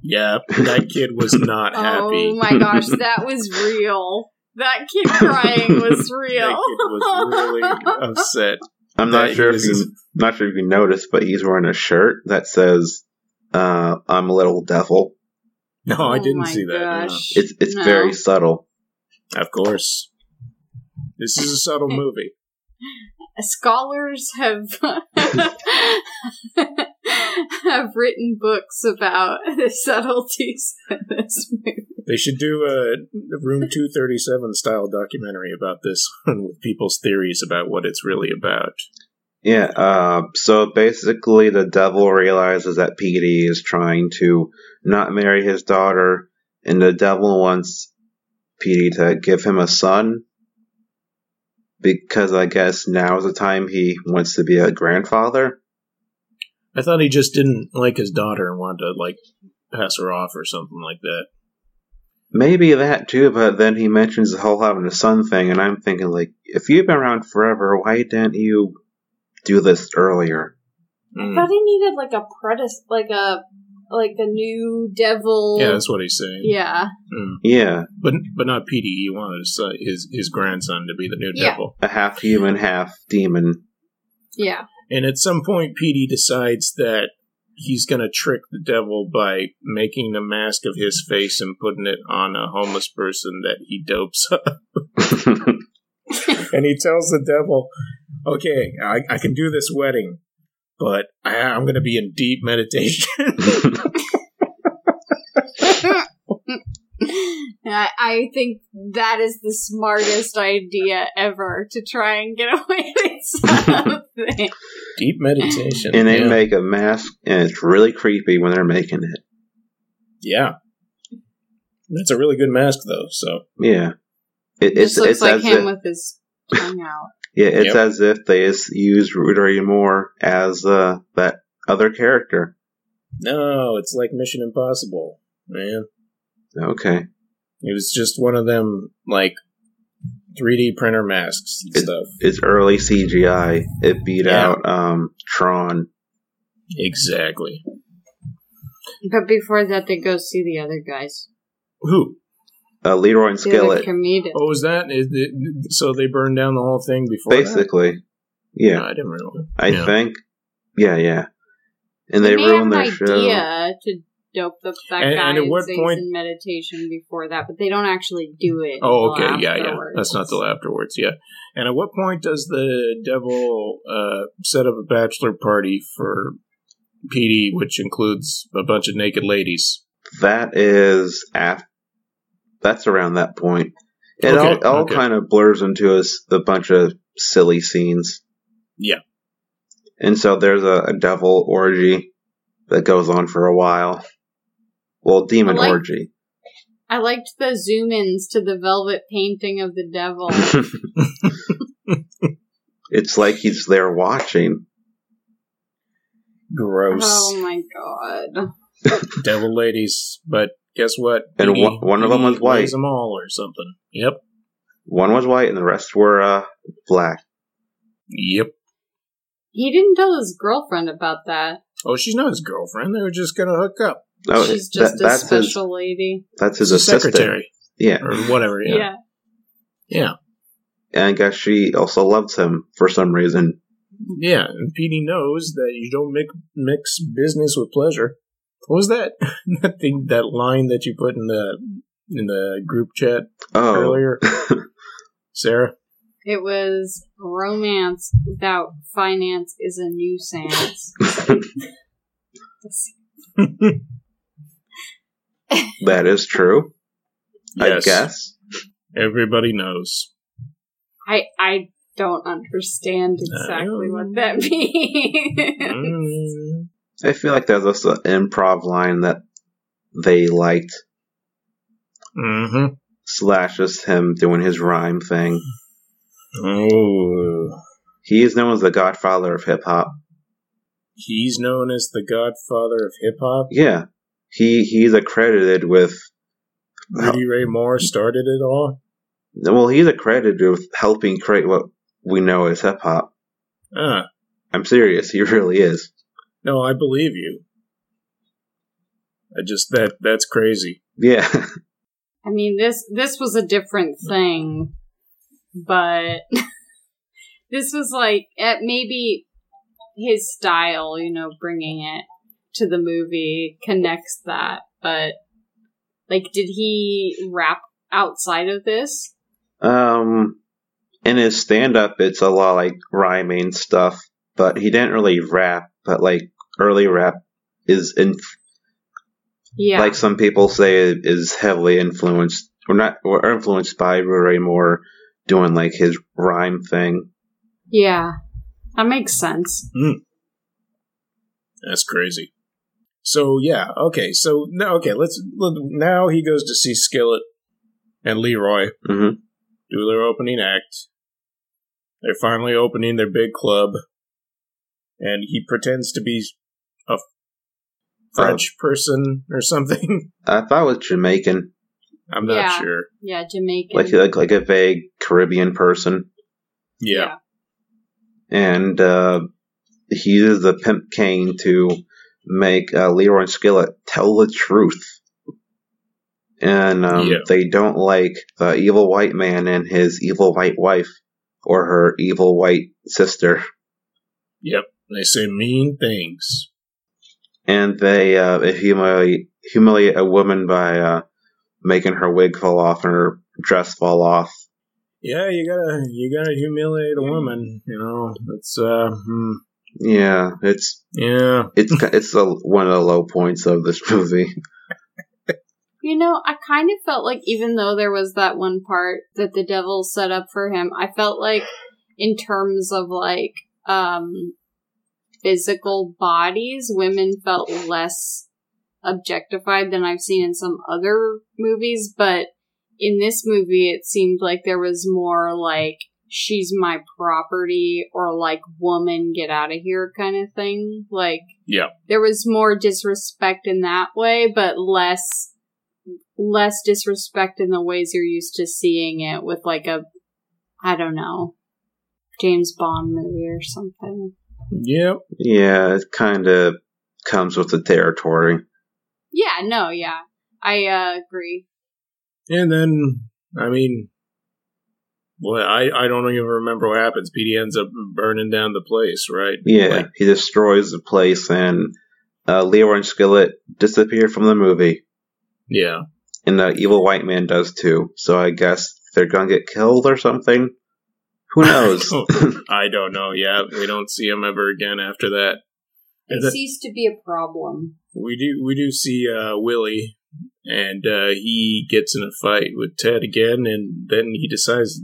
Speaker 1: yeah, that kid was
Speaker 2: *laughs*
Speaker 1: not
Speaker 2: Oh
Speaker 1: happy.
Speaker 2: my gosh, that was real. That kid crying was
Speaker 1: *laughs* That
Speaker 2: real.
Speaker 1: kid was
Speaker 2: *laughs*
Speaker 1: really upset.
Speaker 3: I'm not
Speaker 1: that
Speaker 3: sure
Speaker 1: he
Speaker 3: if
Speaker 1: was
Speaker 3: you
Speaker 1: just-
Speaker 3: not sure if you noticed, but he's wearing a shirt that says uh, "I'm a little devil."
Speaker 1: No, I
Speaker 2: Oh
Speaker 1: didn't
Speaker 2: my
Speaker 1: see that. no.
Speaker 2: gosh.
Speaker 3: It's it's
Speaker 2: No.
Speaker 3: very subtle.
Speaker 1: Of course, this is a
Speaker 2: *laughs*
Speaker 1: subtle movie.
Speaker 2: Scholars have *laughs* have written books about *laughs* the subtleties of this movie.
Speaker 1: They should do a Room Two Thirty Seven style documentary about this *laughs* one with people's theories about what it's really about.
Speaker 3: Yeah. Uh, so basically, the devil realizes that Petey is trying to not marry his daughter, and the devil wants Petey to give him a son because I guess now is the time he wants to be a grandfather.
Speaker 1: I thought he just didn't like his daughter and wanted to like pass her off or something like that.
Speaker 3: Maybe that too, but then he mentions the whole having a son thing, and I'm thinking like, if you've been around forever, why didn't you do this earlier?
Speaker 1: Mm.
Speaker 2: But he needed like a predes like a like a new devil.
Speaker 1: Yeah, that's what he's saying.
Speaker 2: yeah.
Speaker 1: Mm.
Speaker 3: Yeah, but
Speaker 1: But but not PD. He wanted his, son, his his grandson to be the new
Speaker 2: Yeah.
Speaker 1: devil.
Speaker 3: a half human, half demon. *laughs*
Speaker 2: Yeah. *laughs*
Speaker 1: And at some point, PD decides that he's going to trick the devil by making a mask of his face and putting it on a homeless person that he dopes up. *laughs* and he tells the devil, "Okay, I, I can do this wedding, but I, I'm going to be in deep meditation." *laughs*
Speaker 2: I, I think that is the smartest idea ever to try and get *laughs* away with something.
Speaker 1: deep meditation.
Speaker 3: and they
Speaker 1: yeah.
Speaker 3: make a mask, and it's really creepy when they're making it.
Speaker 1: yeah. That's a really good mask, though. So
Speaker 3: Yeah, it, it's
Speaker 2: Just looks
Speaker 3: it's
Speaker 2: like
Speaker 3: as
Speaker 2: him
Speaker 3: if
Speaker 2: with his tongue out.
Speaker 3: yeah, it's
Speaker 1: Yep.
Speaker 3: as if they just used Rudy Moore as uh, that other character.
Speaker 1: no, it's like Mission Impossible, man.
Speaker 3: Okay,
Speaker 1: It was just one of them like 3D printer masks and
Speaker 3: It-
Speaker 1: stuff.
Speaker 3: it's early CGI. It beat
Speaker 1: Yeah.
Speaker 3: out um, Tron.
Speaker 1: Exactly.
Speaker 2: But before that, they go see the other guys.
Speaker 1: Who?
Speaker 3: Uh, Leroy and
Speaker 2: The other
Speaker 3: Skillet.
Speaker 2: comedian.
Speaker 1: Oh, was that? Is it- so they burned down the whole thing before. that?
Speaker 3: basically.
Speaker 1: No,
Speaker 3: Yeah,
Speaker 1: I didn't really.
Speaker 3: I
Speaker 1: yeah.
Speaker 3: think. Yeah, yeah. And they,
Speaker 2: may
Speaker 3: ruined their
Speaker 2: have an idea to dope the that
Speaker 1: And-
Speaker 2: guy
Speaker 1: and at what
Speaker 2: so he's
Speaker 1: point-
Speaker 2: in meditation before that, but they don't actually do it.
Speaker 1: Oh,
Speaker 2: until
Speaker 1: okay. Yeah, yeah.
Speaker 2: afterwards.
Speaker 1: That's not till afterwards. Yeah. And at what point does the devil uh, set up a bachelor party for PD, which includes a bunch of naked ladies?
Speaker 3: show. that is af- that's around that point. It all,
Speaker 1: Okay,
Speaker 3: it all
Speaker 1: okay.
Speaker 3: kind of blurs into a, s- a bunch of silly scenes.
Speaker 1: Yeah.
Speaker 3: And so there's a, a devil orgy that goes on for a while. Well, demon
Speaker 2: I like-
Speaker 3: orgy.
Speaker 2: I liked the zoom ins to the velvet painting of the devil.
Speaker 3: *laughs*
Speaker 1: *laughs*
Speaker 3: it's like he's there watching.
Speaker 1: Gross.
Speaker 2: oh my god.
Speaker 1: Devil ladies. But guess what?
Speaker 3: And
Speaker 1: Edie-
Speaker 3: one- one of them
Speaker 1: Edie
Speaker 3: was white.
Speaker 1: plays them all or something. Yep.
Speaker 3: One was white and the rest were uh, black.
Speaker 1: Yep.
Speaker 2: He didn't tell his girlfriend about that.
Speaker 1: Oh, she's not his girlfriend. They were just gonna hook up.
Speaker 3: Oh,
Speaker 2: She's
Speaker 3: that-
Speaker 2: just a
Speaker 3: that's his,
Speaker 2: special lady.
Speaker 3: that's his
Speaker 1: It's a
Speaker 3: assistant.
Speaker 1: secretary
Speaker 3: Yeah.
Speaker 1: or whatever.
Speaker 2: Yeah.
Speaker 1: Yeah. Yeah.
Speaker 3: And I guess she also loves him for some reason.
Speaker 1: Yeah. And Petey knows that you don't mix, mix business with pleasure. What was that? *laughs* that thing, that line that you put in the in the group chat
Speaker 3: Oh. *laughs*
Speaker 1: earlier, Sarah.
Speaker 2: It was romance without finance is a nuisance. *laughs*
Speaker 3: *laughs* that is true, I
Speaker 1: Yes.
Speaker 3: guess.
Speaker 1: Everybody knows.
Speaker 2: I I don't understand exactly what that *laughs* means.
Speaker 1: Mm.
Speaker 3: I feel like there's also an improv line that they liked,
Speaker 1: hmm
Speaker 3: slash just him doing his rhyme thing.
Speaker 1: Oh.
Speaker 3: He is known as the godfather of hip hop.
Speaker 1: He's known as the godfather of hip hop.
Speaker 3: Yeah. He he's accredited with
Speaker 1: Rudy Ray Moore started it all.
Speaker 3: well, he's accredited with helping create what we know as hip hop.
Speaker 1: Ah,
Speaker 3: I'm serious, he *laughs* really is.
Speaker 1: no, I believe you. I just that that's crazy.
Speaker 3: Yeah. *laughs*
Speaker 2: I mean this this was a different thing, but *laughs* this was like at maybe his style, you know, bringing it to the movie connects that, but like did he rap outside of this?
Speaker 3: Um, in his stand up, it's a lot like rhyming stuff, but he didn't really rap. But like early rap is in,
Speaker 2: Yeah.
Speaker 3: like some people say, is heavily influenced. We're not, we're influenced by Ray Moore doing like his rhyme thing.
Speaker 2: yeah. That makes sense.
Speaker 1: That's crazy. So yeah, okay. So now okay, let's let- now he goes to see Skillet and Leroy
Speaker 3: hmm
Speaker 1: do their opening act. They're finally opening their big club, and he pretends to be a French person or something. *laughs*
Speaker 3: I thought it was Jamaican,
Speaker 1: I'm not
Speaker 2: Yeah.
Speaker 1: sure.
Speaker 2: Yeah, Jamaican.
Speaker 3: like like like a vague Caribbean person,
Speaker 1: yeah.
Speaker 3: and uh, he uses the pimp cane to make uh, Leroy and Skillet tell the truth. And um,
Speaker 1: Yeah.
Speaker 3: they don't like the evil white man and his evil white wife or her evil white sister.
Speaker 1: Yep, they say mean things.
Speaker 3: And they uh, humiliate, humiliate a woman by uh, making her wig fall off and her dress fall off.
Speaker 1: Yeah, you gotta you gotta humiliate a woman. You know, it's uh, hmm,
Speaker 3: Yeah, it's
Speaker 1: yeah. *laughs*
Speaker 3: it's ki- it's the one of the low points of this *laughs* movie.
Speaker 2: You know, I kind of felt like even though there was that one part that the devil set up for him, I felt like in terms of like um physical bodies, women felt less objectified than I've seen in some other movies, but in this movie it seemed like there was more like she's my property or like woman get out of here kind of thing. Like
Speaker 1: Yeah.
Speaker 2: There was more disrespect in that way, but less less disrespect in the ways you're used to seeing it with like a I don't know James Bond movie or something.
Speaker 1: Yep.
Speaker 3: Yeah, it kind of comes with the territory.
Speaker 2: Yeah, no, yeah. I uh, agree.
Speaker 1: And then I mean, well, I I don't even remember what happens. PD ends up burning down the place, right?
Speaker 3: Yeah,
Speaker 1: Like,
Speaker 3: he destroys the place, and uh, Leroy and Skillet disappear from the movie,
Speaker 1: yeah.
Speaker 3: and the evil white man does too. So I guess they're gonna get killed or something.
Speaker 1: *laughs*
Speaker 3: Who knows?
Speaker 1: I don't know. Yeah, we don't see him ever again after that.
Speaker 2: It
Speaker 1: Is it-
Speaker 2: ceased to be a problem.
Speaker 1: We do we do see uh, Willie and uh, he gets in a fight with Ted again, and then he decides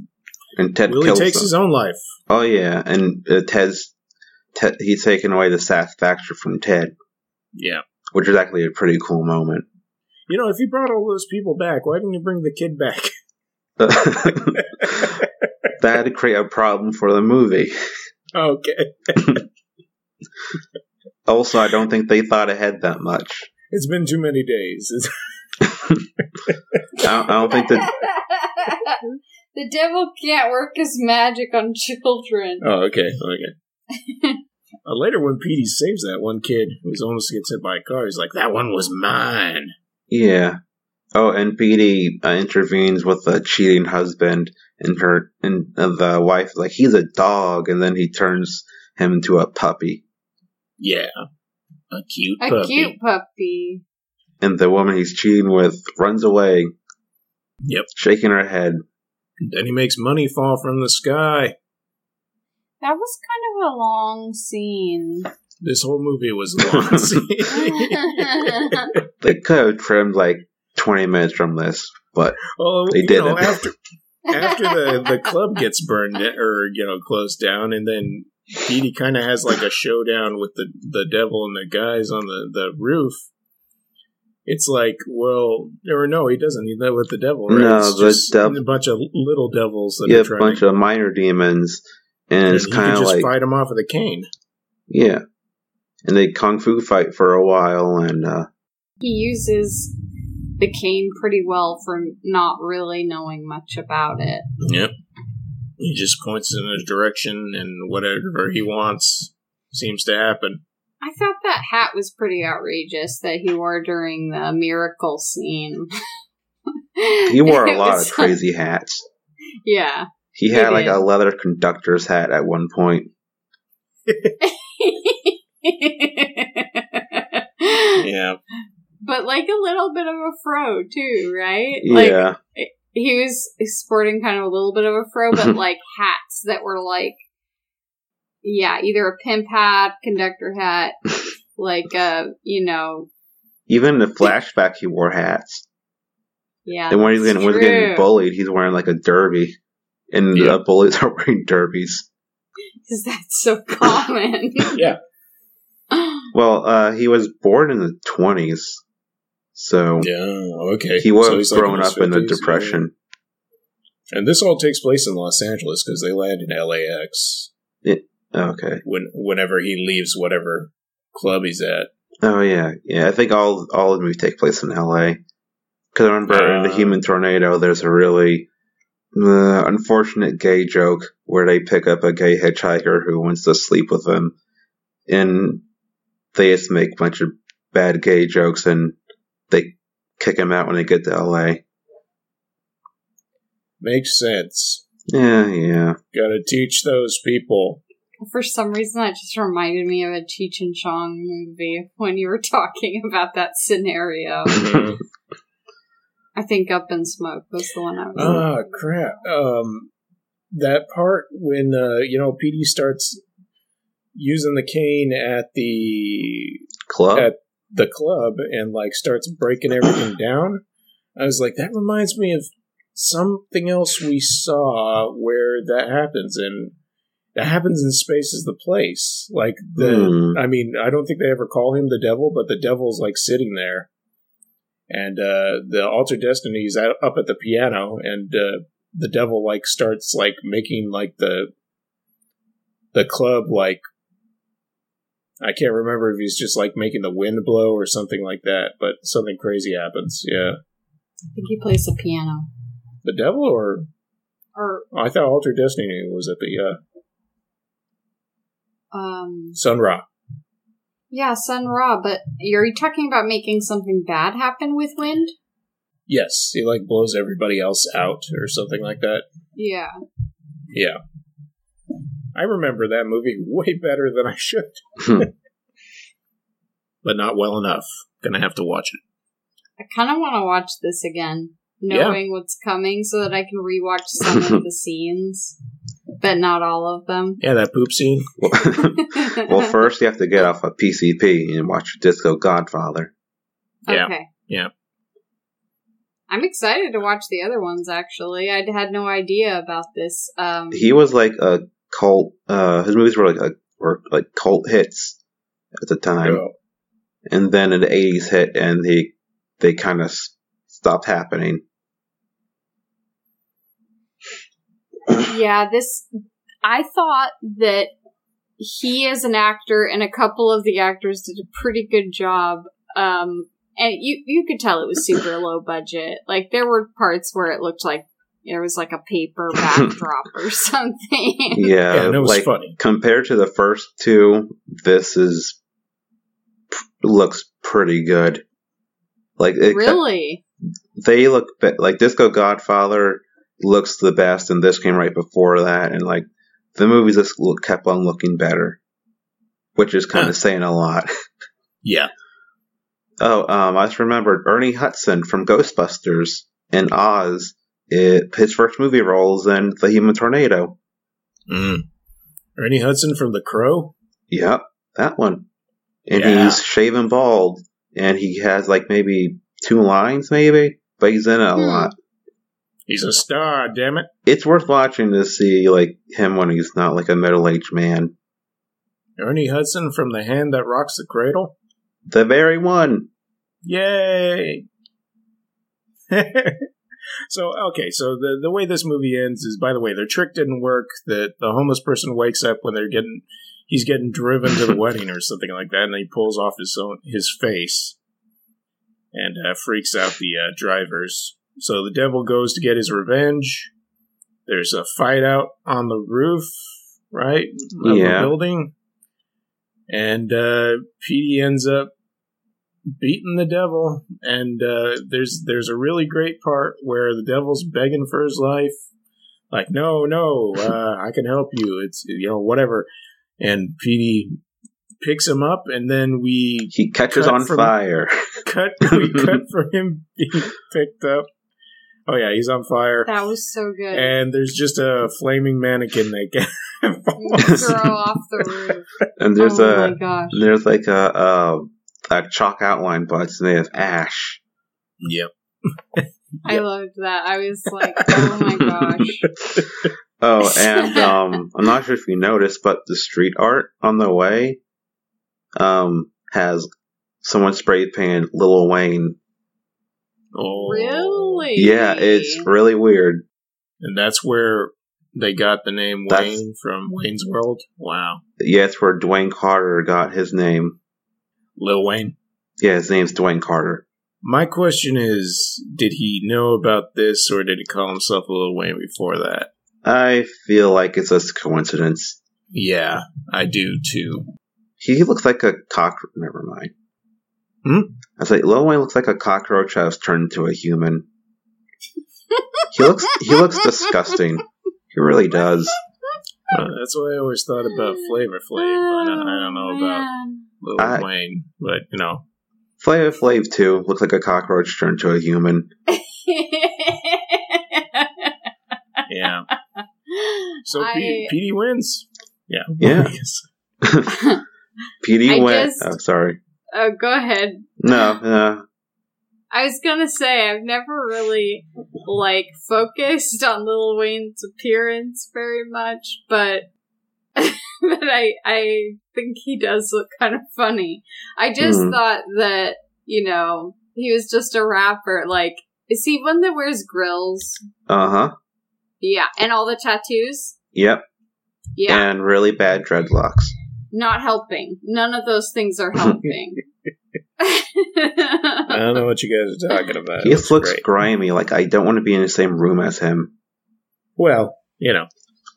Speaker 3: And Ted
Speaker 1: Willie
Speaker 3: kills
Speaker 1: takes
Speaker 3: him.
Speaker 1: his own life.
Speaker 3: Oh yeah, and uh, Ted's Ted, he's taken away the satisfaction from Ted,
Speaker 1: Yeah,
Speaker 3: which is actually a pretty cool moment. *laughs*
Speaker 1: you know, if you brought all those people back, why didn't you bring the kid back? *laughs*
Speaker 3: that would create a problem for the movie.
Speaker 1: okay,
Speaker 3: Also, I don't think they thought ahead that much.
Speaker 1: it's been too many days. *laughs*
Speaker 3: I don't, I don't think that
Speaker 2: *laughs* the devil can't work his magic on children.
Speaker 1: oh, okay, okay. Uh, later, when Petey saves that one kid who almost gets hit by a car, he's like, "That one was mine."
Speaker 3: Yeah. Oh, and Petey uh, intervenes with the cheating husband, and her and uh, the wife like he's a dog, and then he turns him into a puppy.
Speaker 1: Yeah, a cute
Speaker 2: A
Speaker 1: puppy.
Speaker 2: cute puppy.
Speaker 3: And the woman he's cheating with runs away,
Speaker 1: Yep.
Speaker 3: shaking her head.
Speaker 1: Then he makes money fall from the sky.
Speaker 2: That was kind of a long scene. *laughs*
Speaker 1: This whole movie was long.
Speaker 3: *laughs* They could have trimmed like twenty minutes from this, but
Speaker 1: *laughs* well,
Speaker 3: They
Speaker 1: you
Speaker 3: did
Speaker 1: know,
Speaker 3: it. *laughs*
Speaker 1: after *laughs* after the the club gets burned or you know closed down, and then Petey kind of has like a showdown with the the devil and the guys on the the roof. It's like, well, or no, he doesn't. He's not with the devil, right?
Speaker 3: No,
Speaker 1: it's
Speaker 3: the
Speaker 1: just
Speaker 3: dev-
Speaker 1: a bunch of little devils that
Speaker 3: you
Speaker 1: are
Speaker 3: have a
Speaker 1: trying
Speaker 3: bunch
Speaker 1: to.
Speaker 3: of minor demons, and,
Speaker 1: and
Speaker 3: it's
Speaker 1: he can
Speaker 3: kind of
Speaker 1: just
Speaker 3: like
Speaker 1: fight him off with a cane.
Speaker 3: yeah. And they kung fu fight for a while, and uh,
Speaker 2: he uses the cane pretty well for not really knowing much about it.
Speaker 1: Yep. He just points in a direction, and whatever he wants seems to happen.
Speaker 2: I thought that hat was pretty outrageous that he wore during the miracle scene. *laughs*
Speaker 3: he wore a
Speaker 2: It
Speaker 3: lot
Speaker 2: was-
Speaker 3: of crazy hats.
Speaker 2: Yeah. *laughs*
Speaker 3: He
Speaker 2: He
Speaker 3: had like
Speaker 2: did.
Speaker 3: a leather conductor's hat at one point.
Speaker 1: Yeah.
Speaker 2: but like a little bit of a fro too, right? Like
Speaker 3: yeah, *laughs*
Speaker 2: he was sporting kind of a little bit of a fro,
Speaker 3: *laughs*
Speaker 2: but like hats that were like, yeah, either a pimp hat, conductor hat, like uh, you know,
Speaker 3: even in the flashback, he wore hats.
Speaker 2: yeah.
Speaker 3: And when he's
Speaker 2: that's
Speaker 3: getting, when he's
Speaker 2: true.
Speaker 3: getting bullied, he's wearing like a derby, and
Speaker 1: Yeah.
Speaker 3: the bullies *laughs* are wearing derbies.
Speaker 2: 'Cause that's
Speaker 3: *laughs*
Speaker 2: so common.
Speaker 1: Yeah.
Speaker 3: Well, uh, he was born in the twenties, so
Speaker 1: Yeah. Okay.
Speaker 3: he was
Speaker 1: So he's like
Speaker 3: grown
Speaker 1: his
Speaker 3: up in the
Speaker 1: 50s, yeah.
Speaker 3: depression.
Speaker 1: And this all takes place in Los Angeles because they land in LAX
Speaker 3: Okay.
Speaker 1: when whenever he leaves whatever club he's at.
Speaker 3: Oh yeah, yeah. I think all all of the movies take place in L.A. Because I remember in the
Speaker 1: Uh.
Speaker 3: Human Tornado, there's a really uh, unfortunate gay joke where they pick up a gay hitchhiker who wants to sleep with them, and they just make a bunch of bad gay jokes, and they kick him out when they get to L.A.
Speaker 1: Makes sense.
Speaker 3: Yeah, yeah.
Speaker 1: Gotta teach those people.
Speaker 2: *laughs* For some reason, that just reminded me of a Cheech and Chong movie when you were talking about that scenario.
Speaker 1: Mhm.
Speaker 2: I think Up in Smoke was the one I was.
Speaker 1: ah, crap. Um, that part when uh, you know PD starts using the cane at the
Speaker 3: *laughs* Club.
Speaker 1: At- the club and like starts breaking everything down. I was like, that reminds me of something else we saw where that happens, and that happens in Space is the Place. Like the,
Speaker 3: Hmm.
Speaker 1: I mean, I don't think they ever call him the devil, but the devil's like sitting there, and uh, the alter destiny is out- up at the piano, and uh, the devil like starts like making like the the club like I can't remember if he's just like making the wind blow or something like that, but something crazy happens. Yeah,
Speaker 2: I think he plays the piano.
Speaker 1: the devil or
Speaker 2: Or,
Speaker 1: oh, I thought Alter Destiny was at the uh,
Speaker 2: um,
Speaker 1: Sun Ra.
Speaker 2: yeah, Sun Ra, but are you talking about making something bad happen with wind?
Speaker 1: Yes, he like blows everybody else out or something like that.
Speaker 2: Yeah.
Speaker 1: Yeah. I remember that movie *laughs* way better than I should.
Speaker 3: Hmm.
Speaker 1: *laughs* but not well enough. Gonna have to watch it.
Speaker 2: I kind of want to watch this again,
Speaker 1: Yeah.
Speaker 2: knowing what's coming, so that I can rewatch some
Speaker 1: *laughs*
Speaker 2: of the scenes, but not all of them.
Speaker 1: Yeah, that poop scene.
Speaker 3: well,
Speaker 2: *laughs*
Speaker 3: *laughs* well, first you have to get off a PCP and watch Disco Godfather.
Speaker 1: Yeah.
Speaker 2: Okay.
Speaker 1: Yeah.
Speaker 2: I'm excited to watch the other ones. Actually, I had no idea about this. Um,
Speaker 3: He was like a cult. Uh, his movies were like a were like cult hits at the time,
Speaker 1: Oh,
Speaker 3: and then in the '80s hit, and he they kind of s- stopped happening.
Speaker 2: yeah, this. I thought that he, as an actor, and a couple of the actors did a pretty good job. Um, and you you could tell it was super
Speaker 3: *coughs*
Speaker 2: low budget. Like there were parts where it looked like there was like a
Speaker 3: *laughs*
Speaker 2: paper backdrop or something.
Speaker 3: Yeah,
Speaker 1: yeah, and it was
Speaker 3: uh, like
Speaker 1: funny.
Speaker 3: compared to the first two, this is p- looks pretty good. Like
Speaker 2: *laughs*
Speaker 3: it,
Speaker 2: really?
Speaker 3: they look be- like Disco Godfather looks the best, and this came right before that, and like the movies just look, kept on looking better, which is kind
Speaker 1: Huh.
Speaker 3: of saying a lot.
Speaker 1: Yeah,
Speaker 3: Oh, um, I just remembered Ernie Hudson from Ghostbusters and Oz. It, his first movie role is in The Human Tornado.
Speaker 1: mm. Ernie Hudson from The Crow.
Speaker 3: Yep, that one. And
Speaker 1: Yeah.
Speaker 3: he's shaven bald, and he has like maybe two lines, maybe, but he's in it a
Speaker 2: Hmm.
Speaker 3: lot.
Speaker 1: He's a star. Damn it.
Speaker 3: It's worth watching to see like him when he's not like a middle aged man.
Speaker 1: Ernie Hudson from The Hand That Rocks the Cradle.
Speaker 3: The very one.
Speaker 1: Yay! *laughs* so okay, so the the way this movie ends is, by the way, their trick didn't work. That the homeless person wakes up when they're getting he's getting driven to the wedding or something like that, and he pulls off his own his face and uh, freaks out the uh, drivers. So the devil goes to get his revenge. There's a fight out on the roof, right? Of
Speaker 3: Yeah.
Speaker 1: the building. And uh, Petey ends up beating the devil and uh, there's there's a really great part where the devil's begging for his life like no no uh, i can help you it's you know whatever and Petey picks him up and then we
Speaker 3: He catches
Speaker 1: Cut
Speaker 3: on
Speaker 1: from-
Speaker 3: fire. *laughs*
Speaker 1: cut we cut for him being picked up oh yeah he's on fire
Speaker 2: That was so good. *laughs*
Speaker 1: and there's just a flaming mannequin that
Speaker 2: *laughs*
Speaker 1: falls.
Speaker 2: Throw off the roof.
Speaker 3: And there's
Speaker 2: oh my
Speaker 3: a
Speaker 2: gosh.
Speaker 3: there's like a, a a chalk outline, but it's made of ash.
Speaker 1: yep
Speaker 2: I loved that. I was like, oh my
Speaker 1: *laughs*
Speaker 2: gosh.
Speaker 3: Oh, and um, I'm not sure if you noticed, but the street art on the way um has someone spray painted Lil Wayne.
Speaker 1: oh
Speaker 2: Really?
Speaker 3: Yeah, it's really weird.
Speaker 1: and that's where they got the name
Speaker 3: That's-
Speaker 1: wayne from wayne's world wow
Speaker 3: Yeah, it's where Dwayne Carter got his name.
Speaker 1: lil wayne
Speaker 3: Yeah, his name's Dwayne Carter.
Speaker 1: My question is, did he know about this, or did he call himself a little Wayne before that?
Speaker 3: I feel like it's just a coincidence.
Speaker 1: Yeah, I do too.
Speaker 3: He looks like a cockroach. Never mind.
Speaker 1: Hmm?
Speaker 3: I was like, Lil Wayne looks like a cockroach that was turned into a human. he looks he looks disgusting. He really does.
Speaker 1: Uh, that's what I always thought about Flavor Flav. I don't, I don't
Speaker 2: Oh,
Speaker 1: know about Lil
Speaker 3: I-
Speaker 1: Wayne, but you know,
Speaker 3: Flavor Flav too looks like a cockroach turned to a human.
Speaker 2: about. *laughs*
Speaker 1: yeah. So
Speaker 2: I-
Speaker 1: P PD wins. Yeah,
Speaker 3: Yeah.
Speaker 1: *laughs*
Speaker 2: I
Speaker 3: PD went.
Speaker 2: just-
Speaker 3: Oh, sorry.
Speaker 2: *laughs* oh, go ahead.
Speaker 3: No, uh, no.
Speaker 2: I was gonna say I've never really like focused on Lil Wayne's appearance very much, but *laughs* but I I think he does look kind of funny. I just
Speaker 3: Mhm.
Speaker 2: thought that you know he was just a rapper. Like, is he one that wears grills?
Speaker 3: Uh huh.
Speaker 2: Yeah, and all the tattoos.
Speaker 3: Yep.
Speaker 2: Yeah,
Speaker 3: And really bad dreadlocks.
Speaker 2: not helping. None of those things are helping. *laughs*
Speaker 1: I don't know what you guys are talking about.
Speaker 3: he
Speaker 1: It
Speaker 3: just looks grimy. Like I don't want to be in the same room as him.
Speaker 1: Well, you know,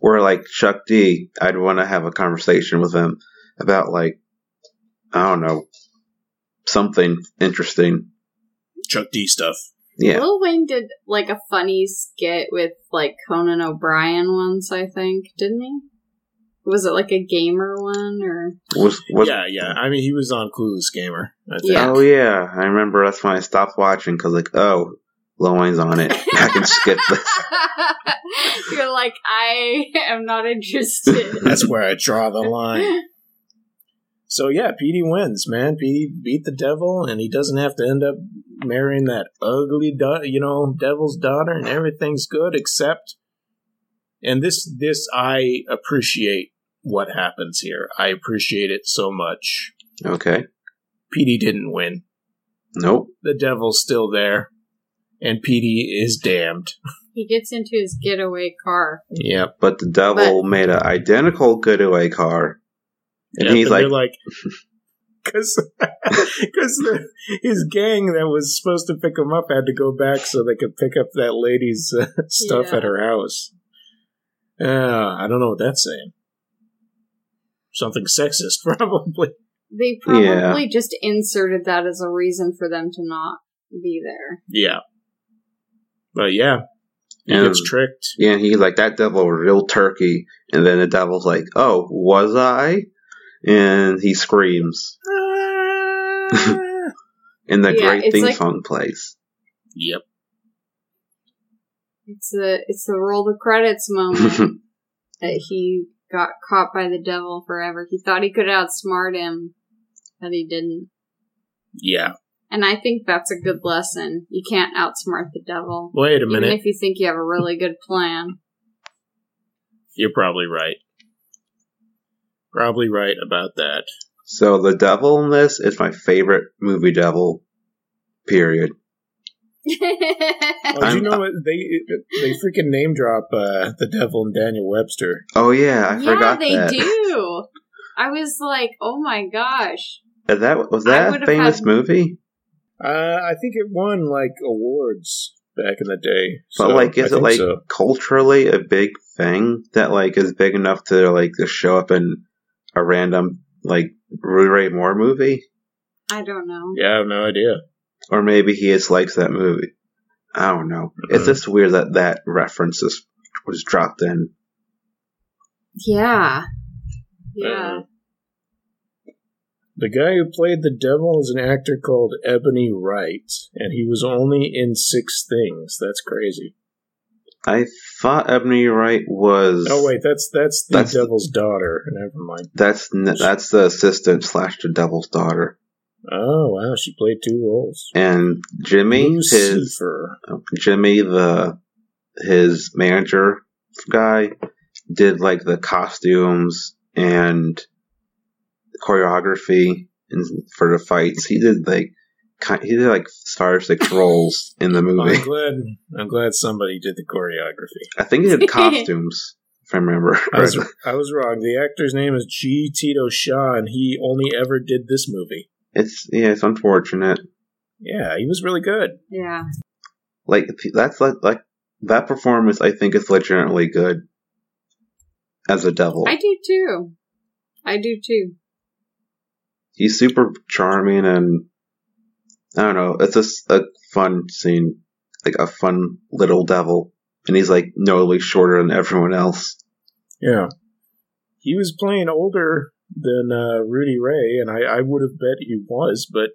Speaker 3: Or like Chuck D, I'd want to have a conversation with him about like I don't know something interesting.
Speaker 1: Chuck D stuff.
Speaker 3: Yeah.
Speaker 2: Lil Wayne did like a funny skit with like Conan O'Brien once, I think, didn't he? Was it like a gamer one or? *laughs*
Speaker 3: Was was
Speaker 1: yeah, yeah. I mean, he was on Clueless Gamer. I think.
Speaker 2: Yeah.
Speaker 3: Oh yeah, I remember that's when I stopped watching because like oh, Lil Wayne's on it. *laughs* I can skip this.
Speaker 2: You're like, I am not interested.
Speaker 3: *laughs*
Speaker 1: That's where I draw the line. So yeah, Petey wins, man. Petey beat the devil, and he doesn't have to end up marrying that ugly, da- you know, devil's daughter, and everything's good except. And this, this I appreciate what happens here. I appreciate it so much.
Speaker 3: Okay.
Speaker 1: Petey didn't win.
Speaker 3: Nope.
Speaker 1: The devil's still there, and Petey is damned.
Speaker 2: He gets into his getaway car.
Speaker 1: Yep.
Speaker 3: But the devil
Speaker 2: But-
Speaker 3: made an identical getaway car. And
Speaker 1: Yep,
Speaker 3: he's
Speaker 1: they're
Speaker 3: like,
Speaker 1: *laughs* like, *laughs* because his gang that was supposed to pick him up had to go back so they could pick up that lady's uh, *laughs* stuff
Speaker 2: Yeah.
Speaker 1: at her house. Uh, I don't know what that's saying. Something sexist, *laughs* probably.
Speaker 2: They probably
Speaker 3: Yeah.
Speaker 2: just inserted that as a reason for them to not be there.
Speaker 1: Yeah. But yeah, he
Speaker 3: and,
Speaker 1: gets *laughs* tricked.
Speaker 3: yeah, he's like, that devil was real turkey. And then the devil's like, oh, was I? And he screams. And the
Speaker 2: Yeah,
Speaker 3: great
Speaker 2: it's
Speaker 3: theme
Speaker 2: like-
Speaker 3: song plays.
Speaker 1: yep.
Speaker 2: It's the it's the roll the credits moment
Speaker 3: *laughs*
Speaker 2: that he got caught by the devil forever. He thought he could outsmart him, but he didn't.
Speaker 1: Yeah.
Speaker 2: And I think that's a good lesson. You can't outsmart the devil.
Speaker 1: Wait a
Speaker 2: Even
Speaker 1: minute.
Speaker 2: if you think you have a really good
Speaker 3: *laughs*
Speaker 2: plan.
Speaker 1: You're probably right. Probably right about that.
Speaker 3: So the devil in this is my favorite movie devil. Period.
Speaker 1: Oh, did you
Speaker 3: I'm-
Speaker 1: know what they they freaking name drop uh, the devil and Daniel Webster?
Speaker 3: Oh yeah, I forgot
Speaker 2: they
Speaker 3: that.
Speaker 2: do. I was like, oh my gosh.
Speaker 3: Is that was
Speaker 2: I
Speaker 3: that a
Speaker 2: would've
Speaker 3: famous
Speaker 2: had-
Speaker 3: movie?
Speaker 1: Uh, I think it won like awards back in the day. So,
Speaker 3: But like, is
Speaker 1: I
Speaker 3: it
Speaker 1: think
Speaker 3: like
Speaker 1: so.
Speaker 3: culturally a big thing that like is big enough to like just show up in a random like Ray Moore movie,
Speaker 2: I don't know.
Speaker 1: Yeah, I have no idea.
Speaker 3: or maybe he just likes that movie. I don't know. It's
Speaker 1: Mhm.
Speaker 3: just weird that that reference is, was dropped in.
Speaker 2: Yeah. Yeah.
Speaker 1: Uh, the guy who played the devil is an actor called Ebony Wright, and he was only in six things. That's crazy.
Speaker 3: I thought Ebony Wright was.
Speaker 1: Oh wait, that's that's the
Speaker 3: That's-
Speaker 1: devil's daughter. Never mind.
Speaker 3: That's n- that's the assistant slash the devil's daughter,
Speaker 1: Oh wow, she played two roles.
Speaker 3: and Jimmy his oh,
Speaker 1: Lucifer.
Speaker 3: Jimmy the his manager guy did like the costumes and choreography and for the fights. He did like ki- he did like Star Six roles in the
Speaker 1: Oh, I'm
Speaker 3: movie.
Speaker 1: glad. I'm glad somebody did the choreography.
Speaker 3: I think he did costumes if I remember.
Speaker 1: I was,
Speaker 3: correctly.
Speaker 1: I was wrong. The actor's name is G. Tito Shaw, and he only ever did this movie.
Speaker 3: It's yeah, it's unfortunate.
Speaker 1: Yeah, he was really good.
Speaker 2: yeah.
Speaker 3: Like that's like like that performance. I think is legitimately good as a devil.
Speaker 2: I do too. I do too.
Speaker 3: he's super charming and I don't know, it's just a fun scene, like a fun little devil, and he's like notably shorter than everyone else.
Speaker 1: Yeah, he was playing older than uh, Rudy Ray, and I, I would have bet he was, but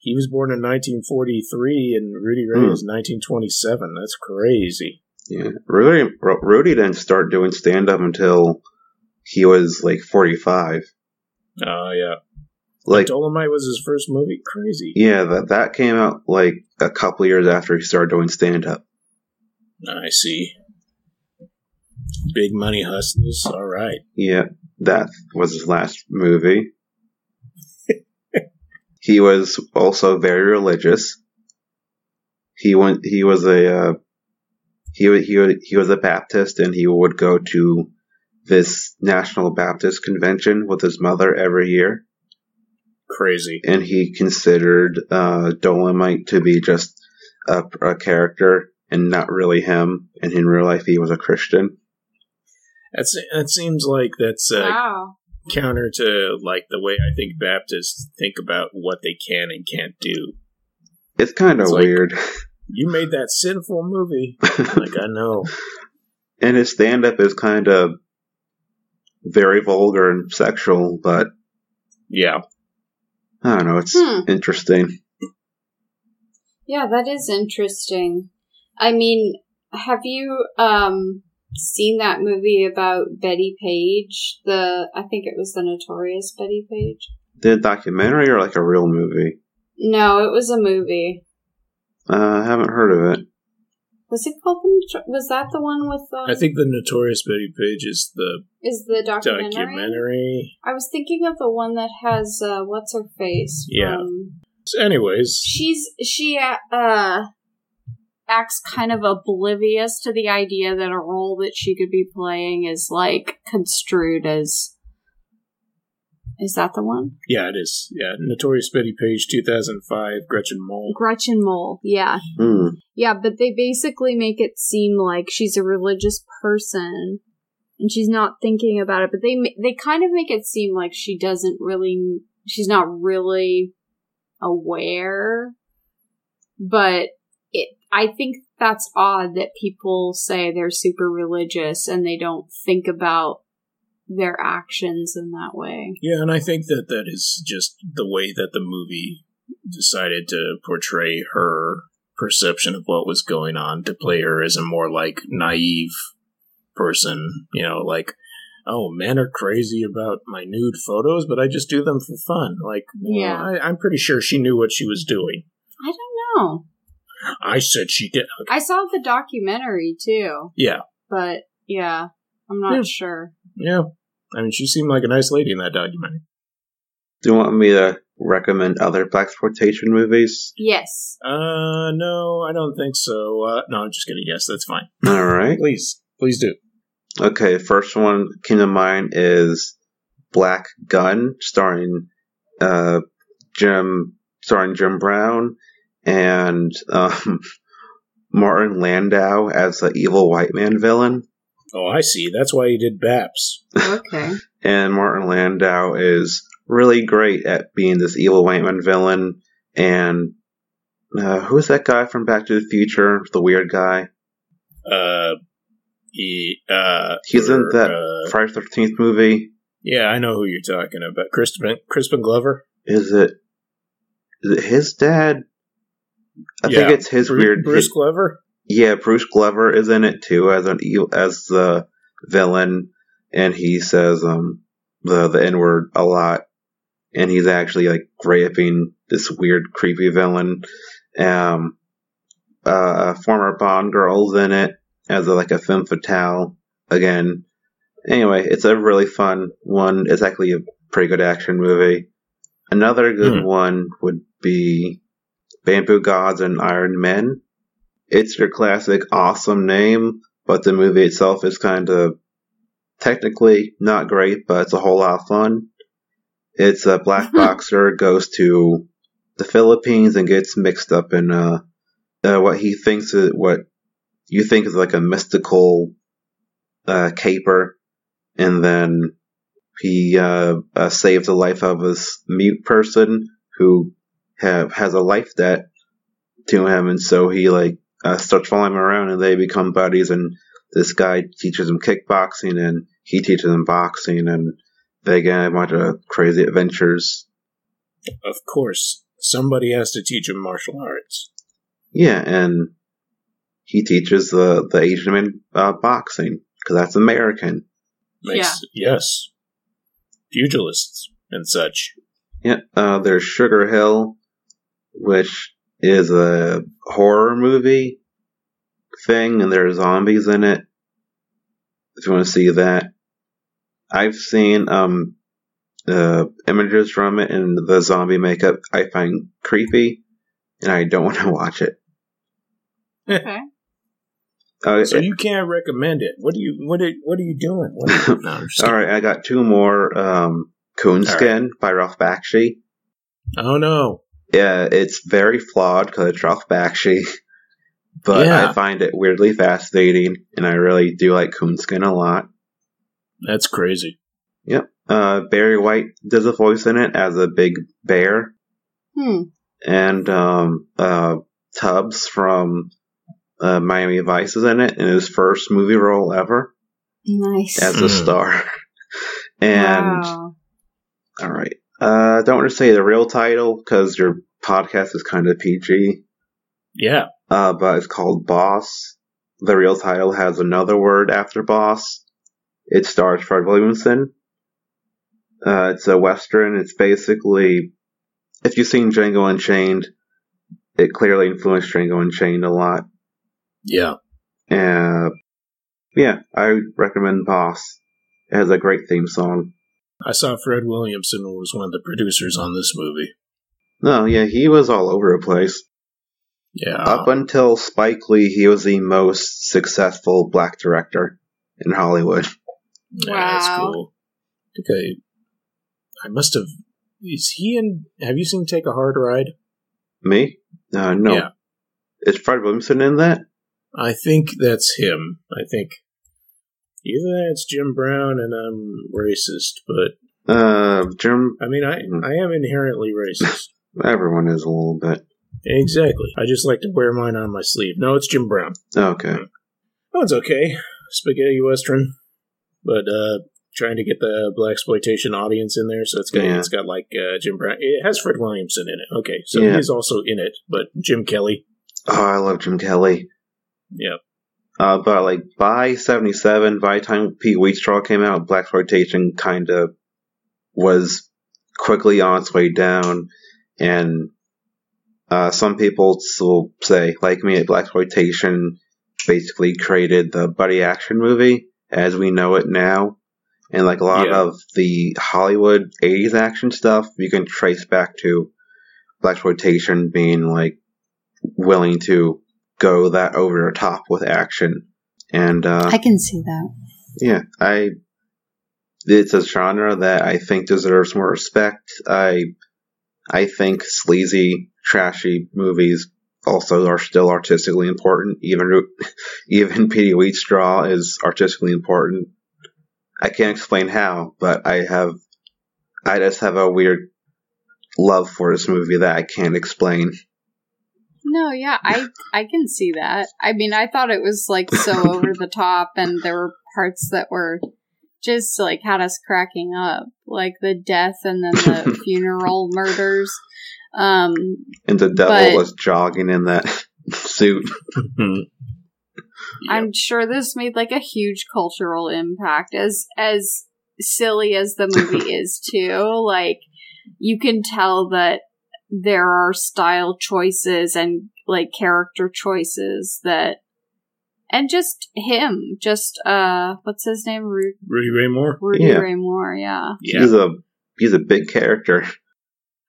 Speaker 1: he was born in 1943, and Rudy Ray
Speaker 3: Hmm.
Speaker 1: was 1927. That's crazy.
Speaker 3: Yeah, Rudy, Ru- Rudy didn't start doing stand up until he was like forty five.
Speaker 1: Oh yeah,
Speaker 3: Like,
Speaker 1: Dolomite was his first movie. Crazy.
Speaker 3: yeah, that that came out like a couple years after he started doing stand up.
Speaker 1: I see. Big money hustlers. All right.
Speaker 3: Yeah, that was his last movie. he was also very religious. He went. He was a uh, he wa- he wa- he was a Baptist, and he would go to this National Baptist Convention with his mother every year.
Speaker 1: Crazy.
Speaker 3: And he considered uh, Dolomite to be just a, a character and not really him. And in real life, he was a Christian.
Speaker 1: That's that seems like that's uh,
Speaker 2: wow.
Speaker 1: counter to like the way I think Baptists think about what they can and can't do.
Speaker 3: It's kind of
Speaker 1: It's like-
Speaker 3: weird. *laughs*
Speaker 1: You made that sinful movie. like I know.
Speaker 3: and his stand up is kind of very vulgar and sexual, but
Speaker 1: *laughs* Yeah.
Speaker 3: I don't know, it's
Speaker 2: Hmm.
Speaker 3: interesting.
Speaker 2: Yeah, that is interesting. I mean, have you um seen that movie about Betty Page. The I think it was the notorious Betty Page.
Speaker 3: Did a documentary or like a real movie?
Speaker 2: No, it was a movie.
Speaker 3: Uh, I haven't heard of it.
Speaker 2: Was it called the? Notri- Was that the one with? Um,
Speaker 1: I think the Notorious Betty Page is the
Speaker 2: is the documentary.
Speaker 1: documentary.
Speaker 2: I was thinking of the one that has uh, what's her face.
Speaker 1: Yeah.
Speaker 2: from-
Speaker 1: So anyways,
Speaker 2: she's she uh, uh acts kind of oblivious to the idea that a role that she could be playing is like construed as. Is that the one?
Speaker 1: yeah, it is. Yeah, Notorious Betty Page, 2005, Gretchen Mol.
Speaker 2: Gretchen Mol. Yeah.
Speaker 3: Hmm.
Speaker 2: Yeah, but they basically make it seem like she's a religious person and she's not thinking about it, but they ma- they kind of make it seem like she doesn't really she's not really aware. But it I think that's odd that people say they're super religious and they don't think about their actions in that way.
Speaker 1: Yeah, and I think that that is just the way that the movie decided to portray her perception of what was going on to play her as a more like naive person, you know, like oh, men are crazy about my nude photos, but I just do them for fun. Like, yeah,
Speaker 2: Yeah.
Speaker 1: I, I'm pretty sure she knew what she was doing.
Speaker 2: I don't know.
Speaker 1: I said she did.
Speaker 2: I saw the documentary too,
Speaker 1: Yeah,
Speaker 2: but yeah, I'm not
Speaker 1: Yeah.
Speaker 2: sure.
Speaker 1: yeah. I mean, she seemed like a nice lady in that documentary.
Speaker 3: Do you want me to recommend other black exploitation
Speaker 1: *laughs*
Speaker 3: movies?
Speaker 2: Yes.
Speaker 1: Uh, no, I don't think so. Uh, no, I'm just gonna guess. That's fine.
Speaker 3: All right.
Speaker 1: Please, please do.
Speaker 3: Okay, first one that came to mind is Black Gun, starring uh, Jim, starring Jim Brown and um, *laughs* Martin Landau as the evil white man villain.
Speaker 1: Oh, I see. That's why you did BAPS.
Speaker 2: Okay.
Speaker 3: and Martin Landau is really great at being this evil white man villain. And uh, who's that guy from Back to the Future? The weird guy,
Speaker 1: Uh, he, uh,
Speaker 3: He's in
Speaker 1: or,
Speaker 3: that-
Speaker 1: uh,
Speaker 3: Friday the Thirteenth movie.
Speaker 1: yeah, I know who you're talking about. Crispin, Crispin Glover.
Speaker 3: Is it? Is it his dad? I
Speaker 1: Yeah,
Speaker 3: think it's his
Speaker 1: Bru-
Speaker 3: weird.
Speaker 1: Bruce
Speaker 3: his-
Speaker 1: Glover.
Speaker 3: yeah, Bruce Glover is in it too as an e- as the villain, and he says um the the N word a lot, and he's actually like raping this weird creepy villain. Um, uh, a former Bond girl's in it as a, like a femme fatale again. Anyway, it's a really fun one. It's actually a pretty good action movie. Another good
Speaker 1: Hmm.
Speaker 3: one would be Bamboo Gods and Iron Men. It's your classic awesome name, but the movie itself is kind of technically not great, but it's a whole lot of fun. It's a black boxer goes to the Philippines and gets mixed up in uh, uh, what he thinks is what you think is like a mystical uh, caper, and then he uh, uh, saves the life of this mute person who have has a life debt to him, and so he like uh, starts following him around, and they become buddies. And this guy teaches him kickboxing, and he teaches him boxing, and they get a bunch of crazy adventures.
Speaker 1: Of course, somebody has to teach him martial arts.
Speaker 3: Yeah, and he teaches the the Asian man uh, boxing because that's American.
Speaker 1: Makes, Yes. Pugilists and such.
Speaker 3: Yeah, uh, there's Sugar Hill, which is a horror movie thing, and there are zombies in it. If you want to see that, I've seen um, uh, images from it, and the zombie makeup I find creepy, and I don't *laughs* want to watch it.
Speaker 2: Okay.
Speaker 3: Uh,
Speaker 1: So you can't recommend it. What do you? What are, What are you doing? What
Speaker 3: *laughs*
Speaker 1: are you, no, I'm just
Speaker 3: all right, I got two more. Um, Coonskin by Ralph Bakshi.
Speaker 1: kidding. Oh no!
Speaker 3: Yeah, it's very flawed because it's Ralph Bakshi, *laughs* but
Speaker 1: Yeah.
Speaker 3: I find it weirdly fascinating, and I really do like Coonskin a lot.
Speaker 1: That's crazy.
Speaker 3: Uh, Barry White does a voice in it as a big bear,
Speaker 2: Hmm.
Speaker 3: and um, uh, Tubbs from uh, Miami Vice is in it in his first movie role ever
Speaker 2: Nice.
Speaker 3: as a
Speaker 1: Mm.
Speaker 3: star. *laughs* and
Speaker 2: wow.
Speaker 3: all right, uh, don't want to say the real title because your podcast is kind of PG.
Speaker 1: Yeah.
Speaker 3: uh, but it's called Boss, The real title has another word after boss. It stars Fred Williamson. Uh, it's a western. It's basically, if you've seen Django Unchained, it clearly influenced Django Unchained a lot.
Speaker 1: Yeah.
Speaker 3: Uh, yeah, I recommend Boss. It has a great theme song.
Speaker 1: I saw Fred Williamson was one of the producers on this movie.
Speaker 3: No, yeah, he was all over the place.
Speaker 1: Yeah.
Speaker 3: Up until Spike Lee, he was the most successful black director in Hollywood.
Speaker 1: yeah, that's
Speaker 2: Wow.
Speaker 1: cool. Okay. I must have. Is he in. Have you seen Take a Hard Ride?
Speaker 3: Me? Uh, no.
Speaker 1: Yeah.
Speaker 3: Is Fred Williamson in that?
Speaker 1: I think that's him. I think. Either that's Jim Brown and I'm racist, but.
Speaker 3: Uh, Jim,
Speaker 1: I mean, I,
Speaker 3: Mhm.
Speaker 1: I am inherently racist.
Speaker 3: everyone is a little bit.
Speaker 1: exactly. I just like to wear mine on my sleeve. No, it's Jim Brown.
Speaker 3: Okay.
Speaker 1: Oh, it's okay. Spaghetti Western. But uh trying to get the black exploitation audience in there, so it's got
Speaker 3: Yeah.
Speaker 1: it's got like uh, Jim Brown. It has Fred Williamson in it. Okay, so
Speaker 3: Yeah.
Speaker 1: he's also in it, but Jim Kelly.
Speaker 3: Oh, I love Jim Kelly.
Speaker 1: Yeah,
Speaker 3: Uh, but like by '77, by the time Pete Wheatstraw came out, black exploitation kind of was quickly on its way down, and uh, some people will say, like me, black exploitation basically created the buddy action movie as we know it now, and like a lot
Speaker 1: Yeah.
Speaker 3: of the Hollywood '80s action stuff, you can trace back to black exploitation being like willing to go that over the top with action, and uh,
Speaker 2: I can see that.
Speaker 3: yeah, I. It's a genre that I think deserves more respect. I, I think sleazy, trashy movies also are still artistically important. Even, *laughs* even Petey Wheatstraw is artistically important. I can't explain how, but I have, I just have a weird love for this movie that I can't explain.
Speaker 2: No, yeah, I I can see that. I mean, I thought it was like so over the top, and there were parts that were just like had us cracking up, like the death and then the funeral murders. Um,
Speaker 3: And the devil
Speaker 2: But-
Speaker 3: was jogging in that *laughs* suit.
Speaker 2: I'm sure this made like a huge cultural impact. As as silly as the movie is, too, like you can tell that there are style choices and like character choices that, and just him, just uh, what's his name, Ru-
Speaker 1: Rudy Ray Moore.
Speaker 2: Rudy
Speaker 3: Yeah.
Speaker 2: Ray Moore, yeah,
Speaker 1: Yeah,
Speaker 3: He's a, he's a big character.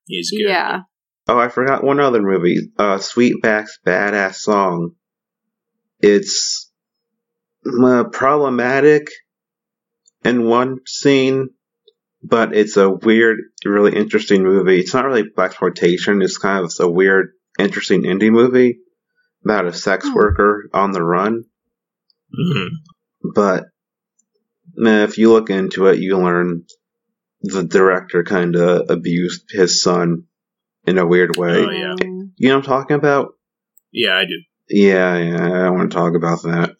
Speaker 1: he's good.
Speaker 2: yeah,
Speaker 3: Oh, I forgot one other movie. Uh, Sweetback's Badass Song. It's uh, problematic in one scene, but it's a weird, really interesting movie. It's not really black exploitation. It's kind of a weird, interesting indie movie about a sex
Speaker 2: Hmm.
Speaker 3: worker on the run.
Speaker 1: Mhm.
Speaker 3: But eh, if you look into it, you learn the director kind of abused his son in a weird way.
Speaker 1: Oh, yeah.
Speaker 2: Um,
Speaker 3: You know what I'm talking about?
Speaker 1: Yeah, I do.
Speaker 3: Yeah, yeah, I don't want to talk about that.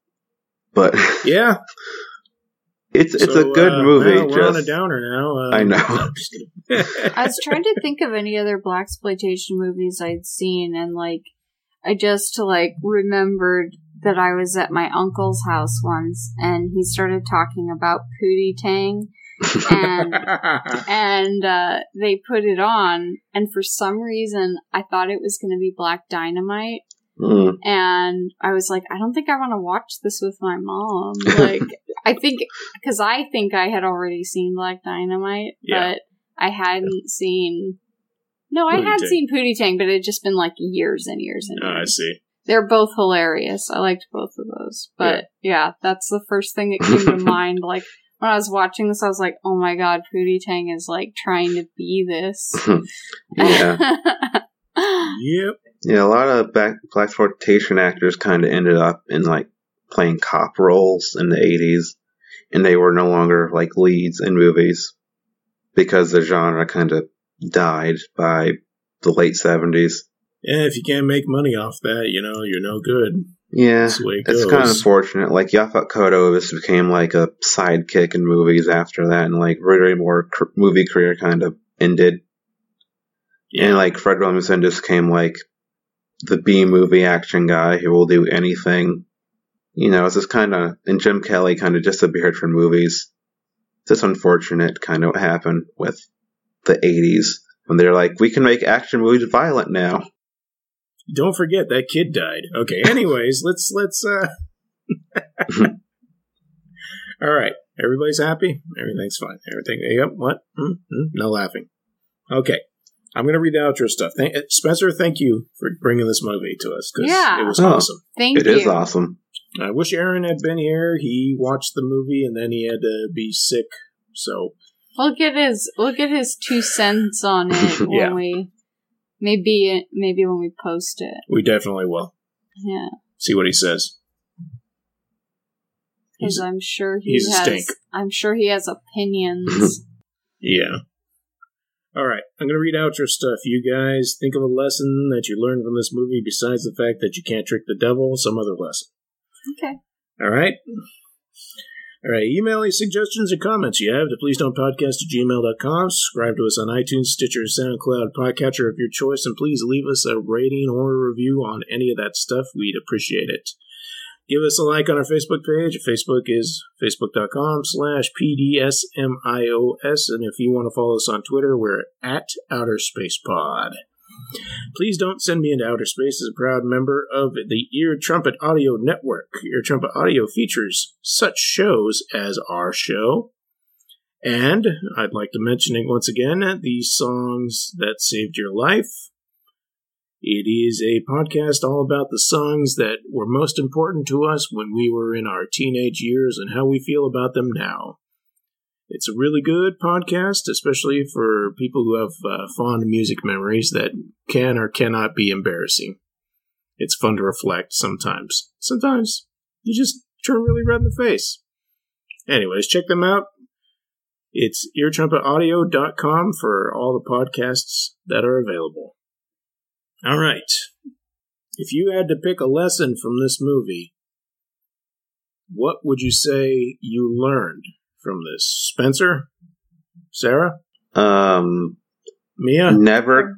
Speaker 3: But
Speaker 1: Yeah,
Speaker 3: *laughs* it's it's
Speaker 1: so,
Speaker 3: a good
Speaker 1: uh,
Speaker 3: movie.
Speaker 1: now we're on a
Speaker 3: just-
Speaker 1: downer now. Uh,
Speaker 3: I know.
Speaker 1: I'm just kidding. *laughs*
Speaker 2: I was trying to think of any other black exploitation movies I'd seen, and like, I just like remembered that I was at my uncle's house once, and he started talking about Pootie Tang, and
Speaker 1: *laughs*
Speaker 2: and uh, they put it on, and for some reason I thought it was going to be Black Dynamite,
Speaker 3: Mm.
Speaker 2: and I was like, I don't think I want to watch this with my mom. Like, I think because I think I had already seen Black Dynamite,
Speaker 1: Yeah.
Speaker 2: but I hadn't seen. No, I
Speaker 1: Pootie
Speaker 2: had
Speaker 1: Tang.
Speaker 2: seen Pootie Tang, but it had just been like years and years and
Speaker 1: Oh, I
Speaker 2: years.
Speaker 1: see.
Speaker 2: They're both hilarious. I liked both of those, but yeah, that's the first thing that came to mind. Like when I was watching this, I was like, "Oh my god, Pootie Tang is like trying to be this."
Speaker 3: *laughs* yeah,
Speaker 1: Yep.
Speaker 3: yeah. A lot of black black exploitation actors kind of ended up in like playing cop roles in the '80s, and they were no longer like leads in movies because the genre kind of died by the late '70s.
Speaker 1: Yeah, if you can't make money off that, you know you're no good.
Speaker 3: Yeah,
Speaker 1: That's the way it
Speaker 3: It's
Speaker 1: goes.
Speaker 3: kind of unfortunate. Like Yaphet Koto just became like a sidekick in movies after that, and like Rudy Ray Moore cr- movie career kind of ended, and like Fred Williamson just came like the B movie action guy who will do anything. You know, it's just kind of, and Jim Kelly kind of disappeared from movies. It's just unfortunate, kind of what happened with the 80s when they're like, we can make action movies violent now.
Speaker 1: Don't forget that kid died. Okay. Anyways, let's let's. uh *laughs* All right. Everybody's happy. Everything's fine. Everything. Yep. What? Mm-hmm. No laughing. Okay. I'm gonna read the outro stuff. Thank, uh, Spencer, thank you for bringing this movie to us because
Speaker 2: Yeah.
Speaker 1: it was
Speaker 3: Oh.
Speaker 1: awesome.
Speaker 2: *laughs* Thank
Speaker 3: It is
Speaker 2: you.
Speaker 3: awesome.
Speaker 1: I wish Aaron had been here. He watched the movie and then he had to be sick. So
Speaker 2: We'll get his we'll get his two
Speaker 1: *laughs*
Speaker 2: cents on it when
Speaker 1: Yeah.
Speaker 2: we maybe maybe when we post it.
Speaker 1: we definitely will
Speaker 2: Yeah,
Speaker 1: see what he says.
Speaker 2: because
Speaker 1: He's-
Speaker 2: I'm sure he
Speaker 1: he's a
Speaker 2: has.
Speaker 1: stink.
Speaker 2: I'm sure he
Speaker 1: *laughs*
Speaker 2: has opinions. *laughs*
Speaker 1: Yeah. All right, I'm going to read out your stuff. You guys think of a lesson that you learned from this movie besides the fact that you can't trick the devil, some other lesson.
Speaker 2: okay.
Speaker 1: All right? All right, email any suggestions or comments you have to please don't podcast at gmail.com. Subscribe to us on iTunes, Stitcher, SoundCloud, Podcatcher of your choice, and please leave us a rating or a review on any of that stuff. We'd appreciate it. Give us a like on our Facebook page. Facebook is facebook.com slash PDSMIOS. And if you want to follow us on Twitter, we're at Outer Space Pod. Please don't send me into outer space as a proud member of the Ear Trumpet Audio Network. Ear Trumpet Audio features such shows as our show. And I'd like to mention it once again the songs that saved your life. It is a podcast all about the songs that were most important to us when we were in our teenage years and how we feel about them now. It's a really good podcast, especially for people who have uh, fond music memories that can or cannot be embarrassing. It's fun to reflect sometimes. Sometimes you just turn really red in the face. Anyways, check them out. It's eartrumpetaudio.com for all the podcasts that are available. All right. If you had to pick a lesson from this movie, what would you say you learned from this? Spencer? Sarah?
Speaker 3: Um,
Speaker 1: Mia?
Speaker 3: never,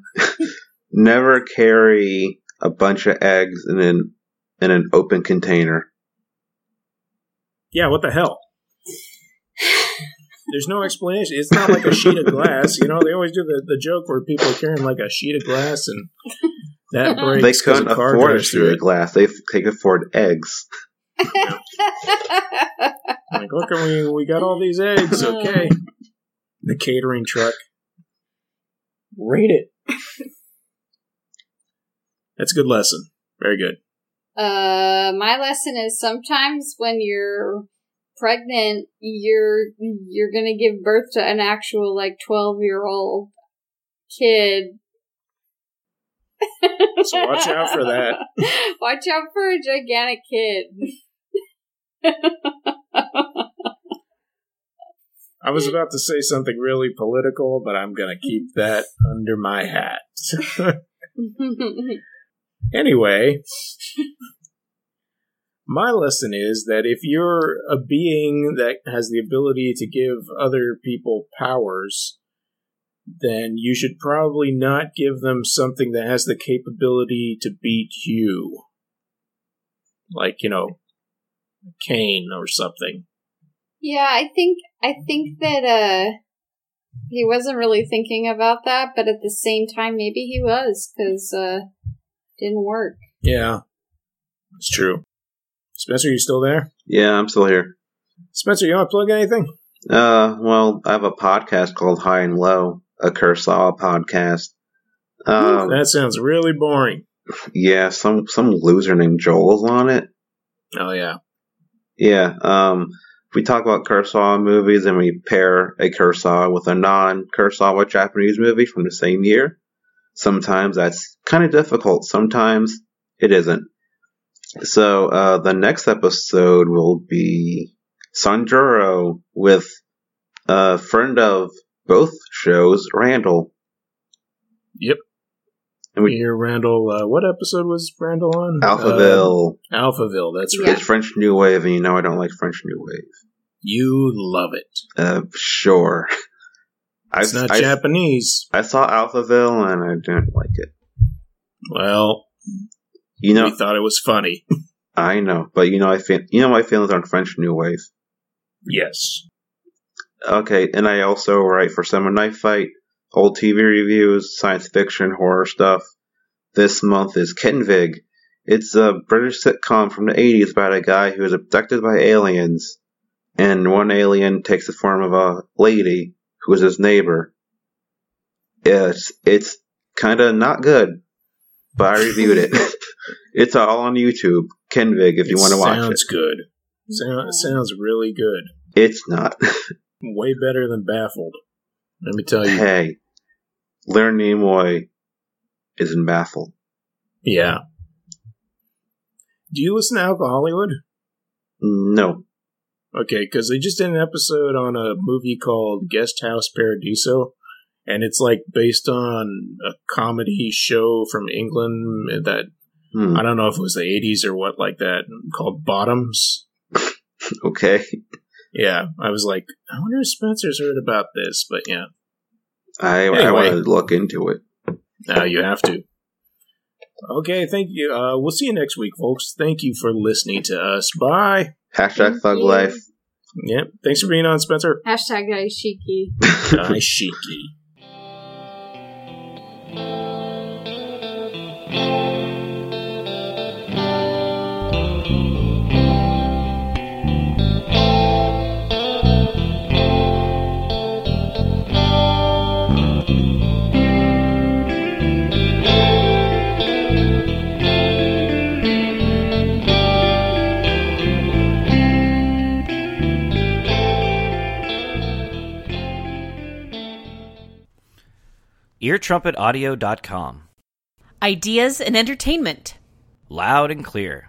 Speaker 3: never carry a bunch of eggs in an in an open container.
Speaker 1: Yeah, what the hell? There's no explanation. It's not like a sheet of glass. You know, they always do the, the joke where people are carrying like a sheet of glass and that breaks.
Speaker 3: They
Speaker 1: 'cause
Speaker 3: couldn't
Speaker 1: a car
Speaker 3: afford a
Speaker 1: drives through
Speaker 3: sheet
Speaker 1: it.
Speaker 3: of glass. They they could afford eggs.
Speaker 1: Like, look, we we got all these *laughs* eggs. Okay, the catering truck. Rate it. That's a good lesson. Very good.
Speaker 4: Uh, my lesson is sometimes when you're pregnant, you're you're gonna give birth to an actual like twelve year old kid.
Speaker 1: So watch out for
Speaker 2: *laughs*
Speaker 1: that.
Speaker 4: Watch out for a gigantic kid.
Speaker 1: I was about to say something really political, but I'm gonna keep that under my hat. Anyway, my lesson is that if you're a being that has the ability to give other people powers, then you should probably not give them something that has the capability to beat you. Like, you know, Kane or something.
Speaker 4: yeah, I think I think that uh he wasn't really thinking about that, but at the same time, maybe he was because uh didn't work.
Speaker 1: Yeah. It's true. Spencer, you still there?
Speaker 3: Yeah, I'm still here.
Speaker 1: Spencer, you want to plug anything?
Speaker 3: Uh, well, I have a podcast called High and Low, a Kurosawa podcast. Um,
Speaker 1: that sounds really boring.
Speaker 3: yeah, some some loser named Joel's on it.
Speaker 1: Oh, yeah.
Speaker 3: Yeah, um, we talk about Kurosawa movies and we pair a Kurosawa with a non-Kurosawa Japanese movie from the same year. Sometimes that's kind of difficult. Sometimes it isn't. So uh, the next episode will be Sanjuro with a friend of both shows, Randall.
Speaker 1: Yep.
Speaker 3: And
Speaker 1: We
Speaker 3: we
Speaker 1: hear Randall. Uh, what episode was Randall on?
Speaker 3: Alphaville.
Speaker 1: Uh, Alphaville. That's right.
Speaker 4: Yeah.
Speaker 3: It's French New Wave, and you know I don't like French New Wave.
Speaker 1: You love it.
Speaker 3: Uh, sure.
Speaker 1: It's not Japanese.
Speaker 3: I saw Alphaville and I didn't like it.
Speaker 1: Well,
Speaker 3: You know,
Speaker 1: we thought it was funny.
Speaker 3: I know, but you know, I feel you know my feelings on French New Wave.
Speaker 1: Yes.
Speaker 3: Okay, and I also write for Summer Knife Fight, old TV reviews, science fiction, horror stuff. This month is Kenvig. It's a British sitcom from the 80s about a guy who is abducted by aliens, and one alien takes the form of a lady who is his neighbor. It's, it's kinda not good, but I reviewed it. *laughs* it's all on YouTube, Kenvig, if you want to watch it.
Speaker 1: Sounds good. Sound, sounds really good.
Speaker 3: It's not. *laughs*
Speaker 1: Way better than Baffled. Let me tell
Speaker 3: *laughs*
Speaker 1: you.
Speaker 3: hey, Learn Nimoy is in Baffled.
Speaker 1: Yeah. Do you listen to Alcoholywood?
Speaker 3: No.
Speaker 1: Okay, because they just did an episode on a movie called Guest House Paradiso, and it's like based on a comedy show from England that
Speaker 3: Hmm.
Speaker 1: I don't know if it was the 80s or what like that called Bottoms.
Speaker 3: Okay.
Speaker 1: Yeah, I was like, I wonder if Spencer's heard about this, but yeah,
Speaker 3: I, I
Speaker 1: Anyway.
Speaker 3: want to look into it.
Speaker 1: now you have to. Okay, thank you. Uh, we'll see you next week, folks. Thank you for listening to us. Bye.
Speaker 3: Hashtag
Speaker 4: Thank
Speaker 3: Thug
Speaker 4: you.
Speaker 3: Life.
Speaker 1: Yep. Thanks for being on,
Speaker 2: *laughs*
Speaker 1: Spencer.
Speaker 4: Hashtag Aishiki.
Speaker 3: *laughs*
Speaker 1: Bye, Shiki.
Speaker 5: eartrumpetaudio.com.
Speaker 6: Ideas and entertainment.
Speaker 5: Loud and clear.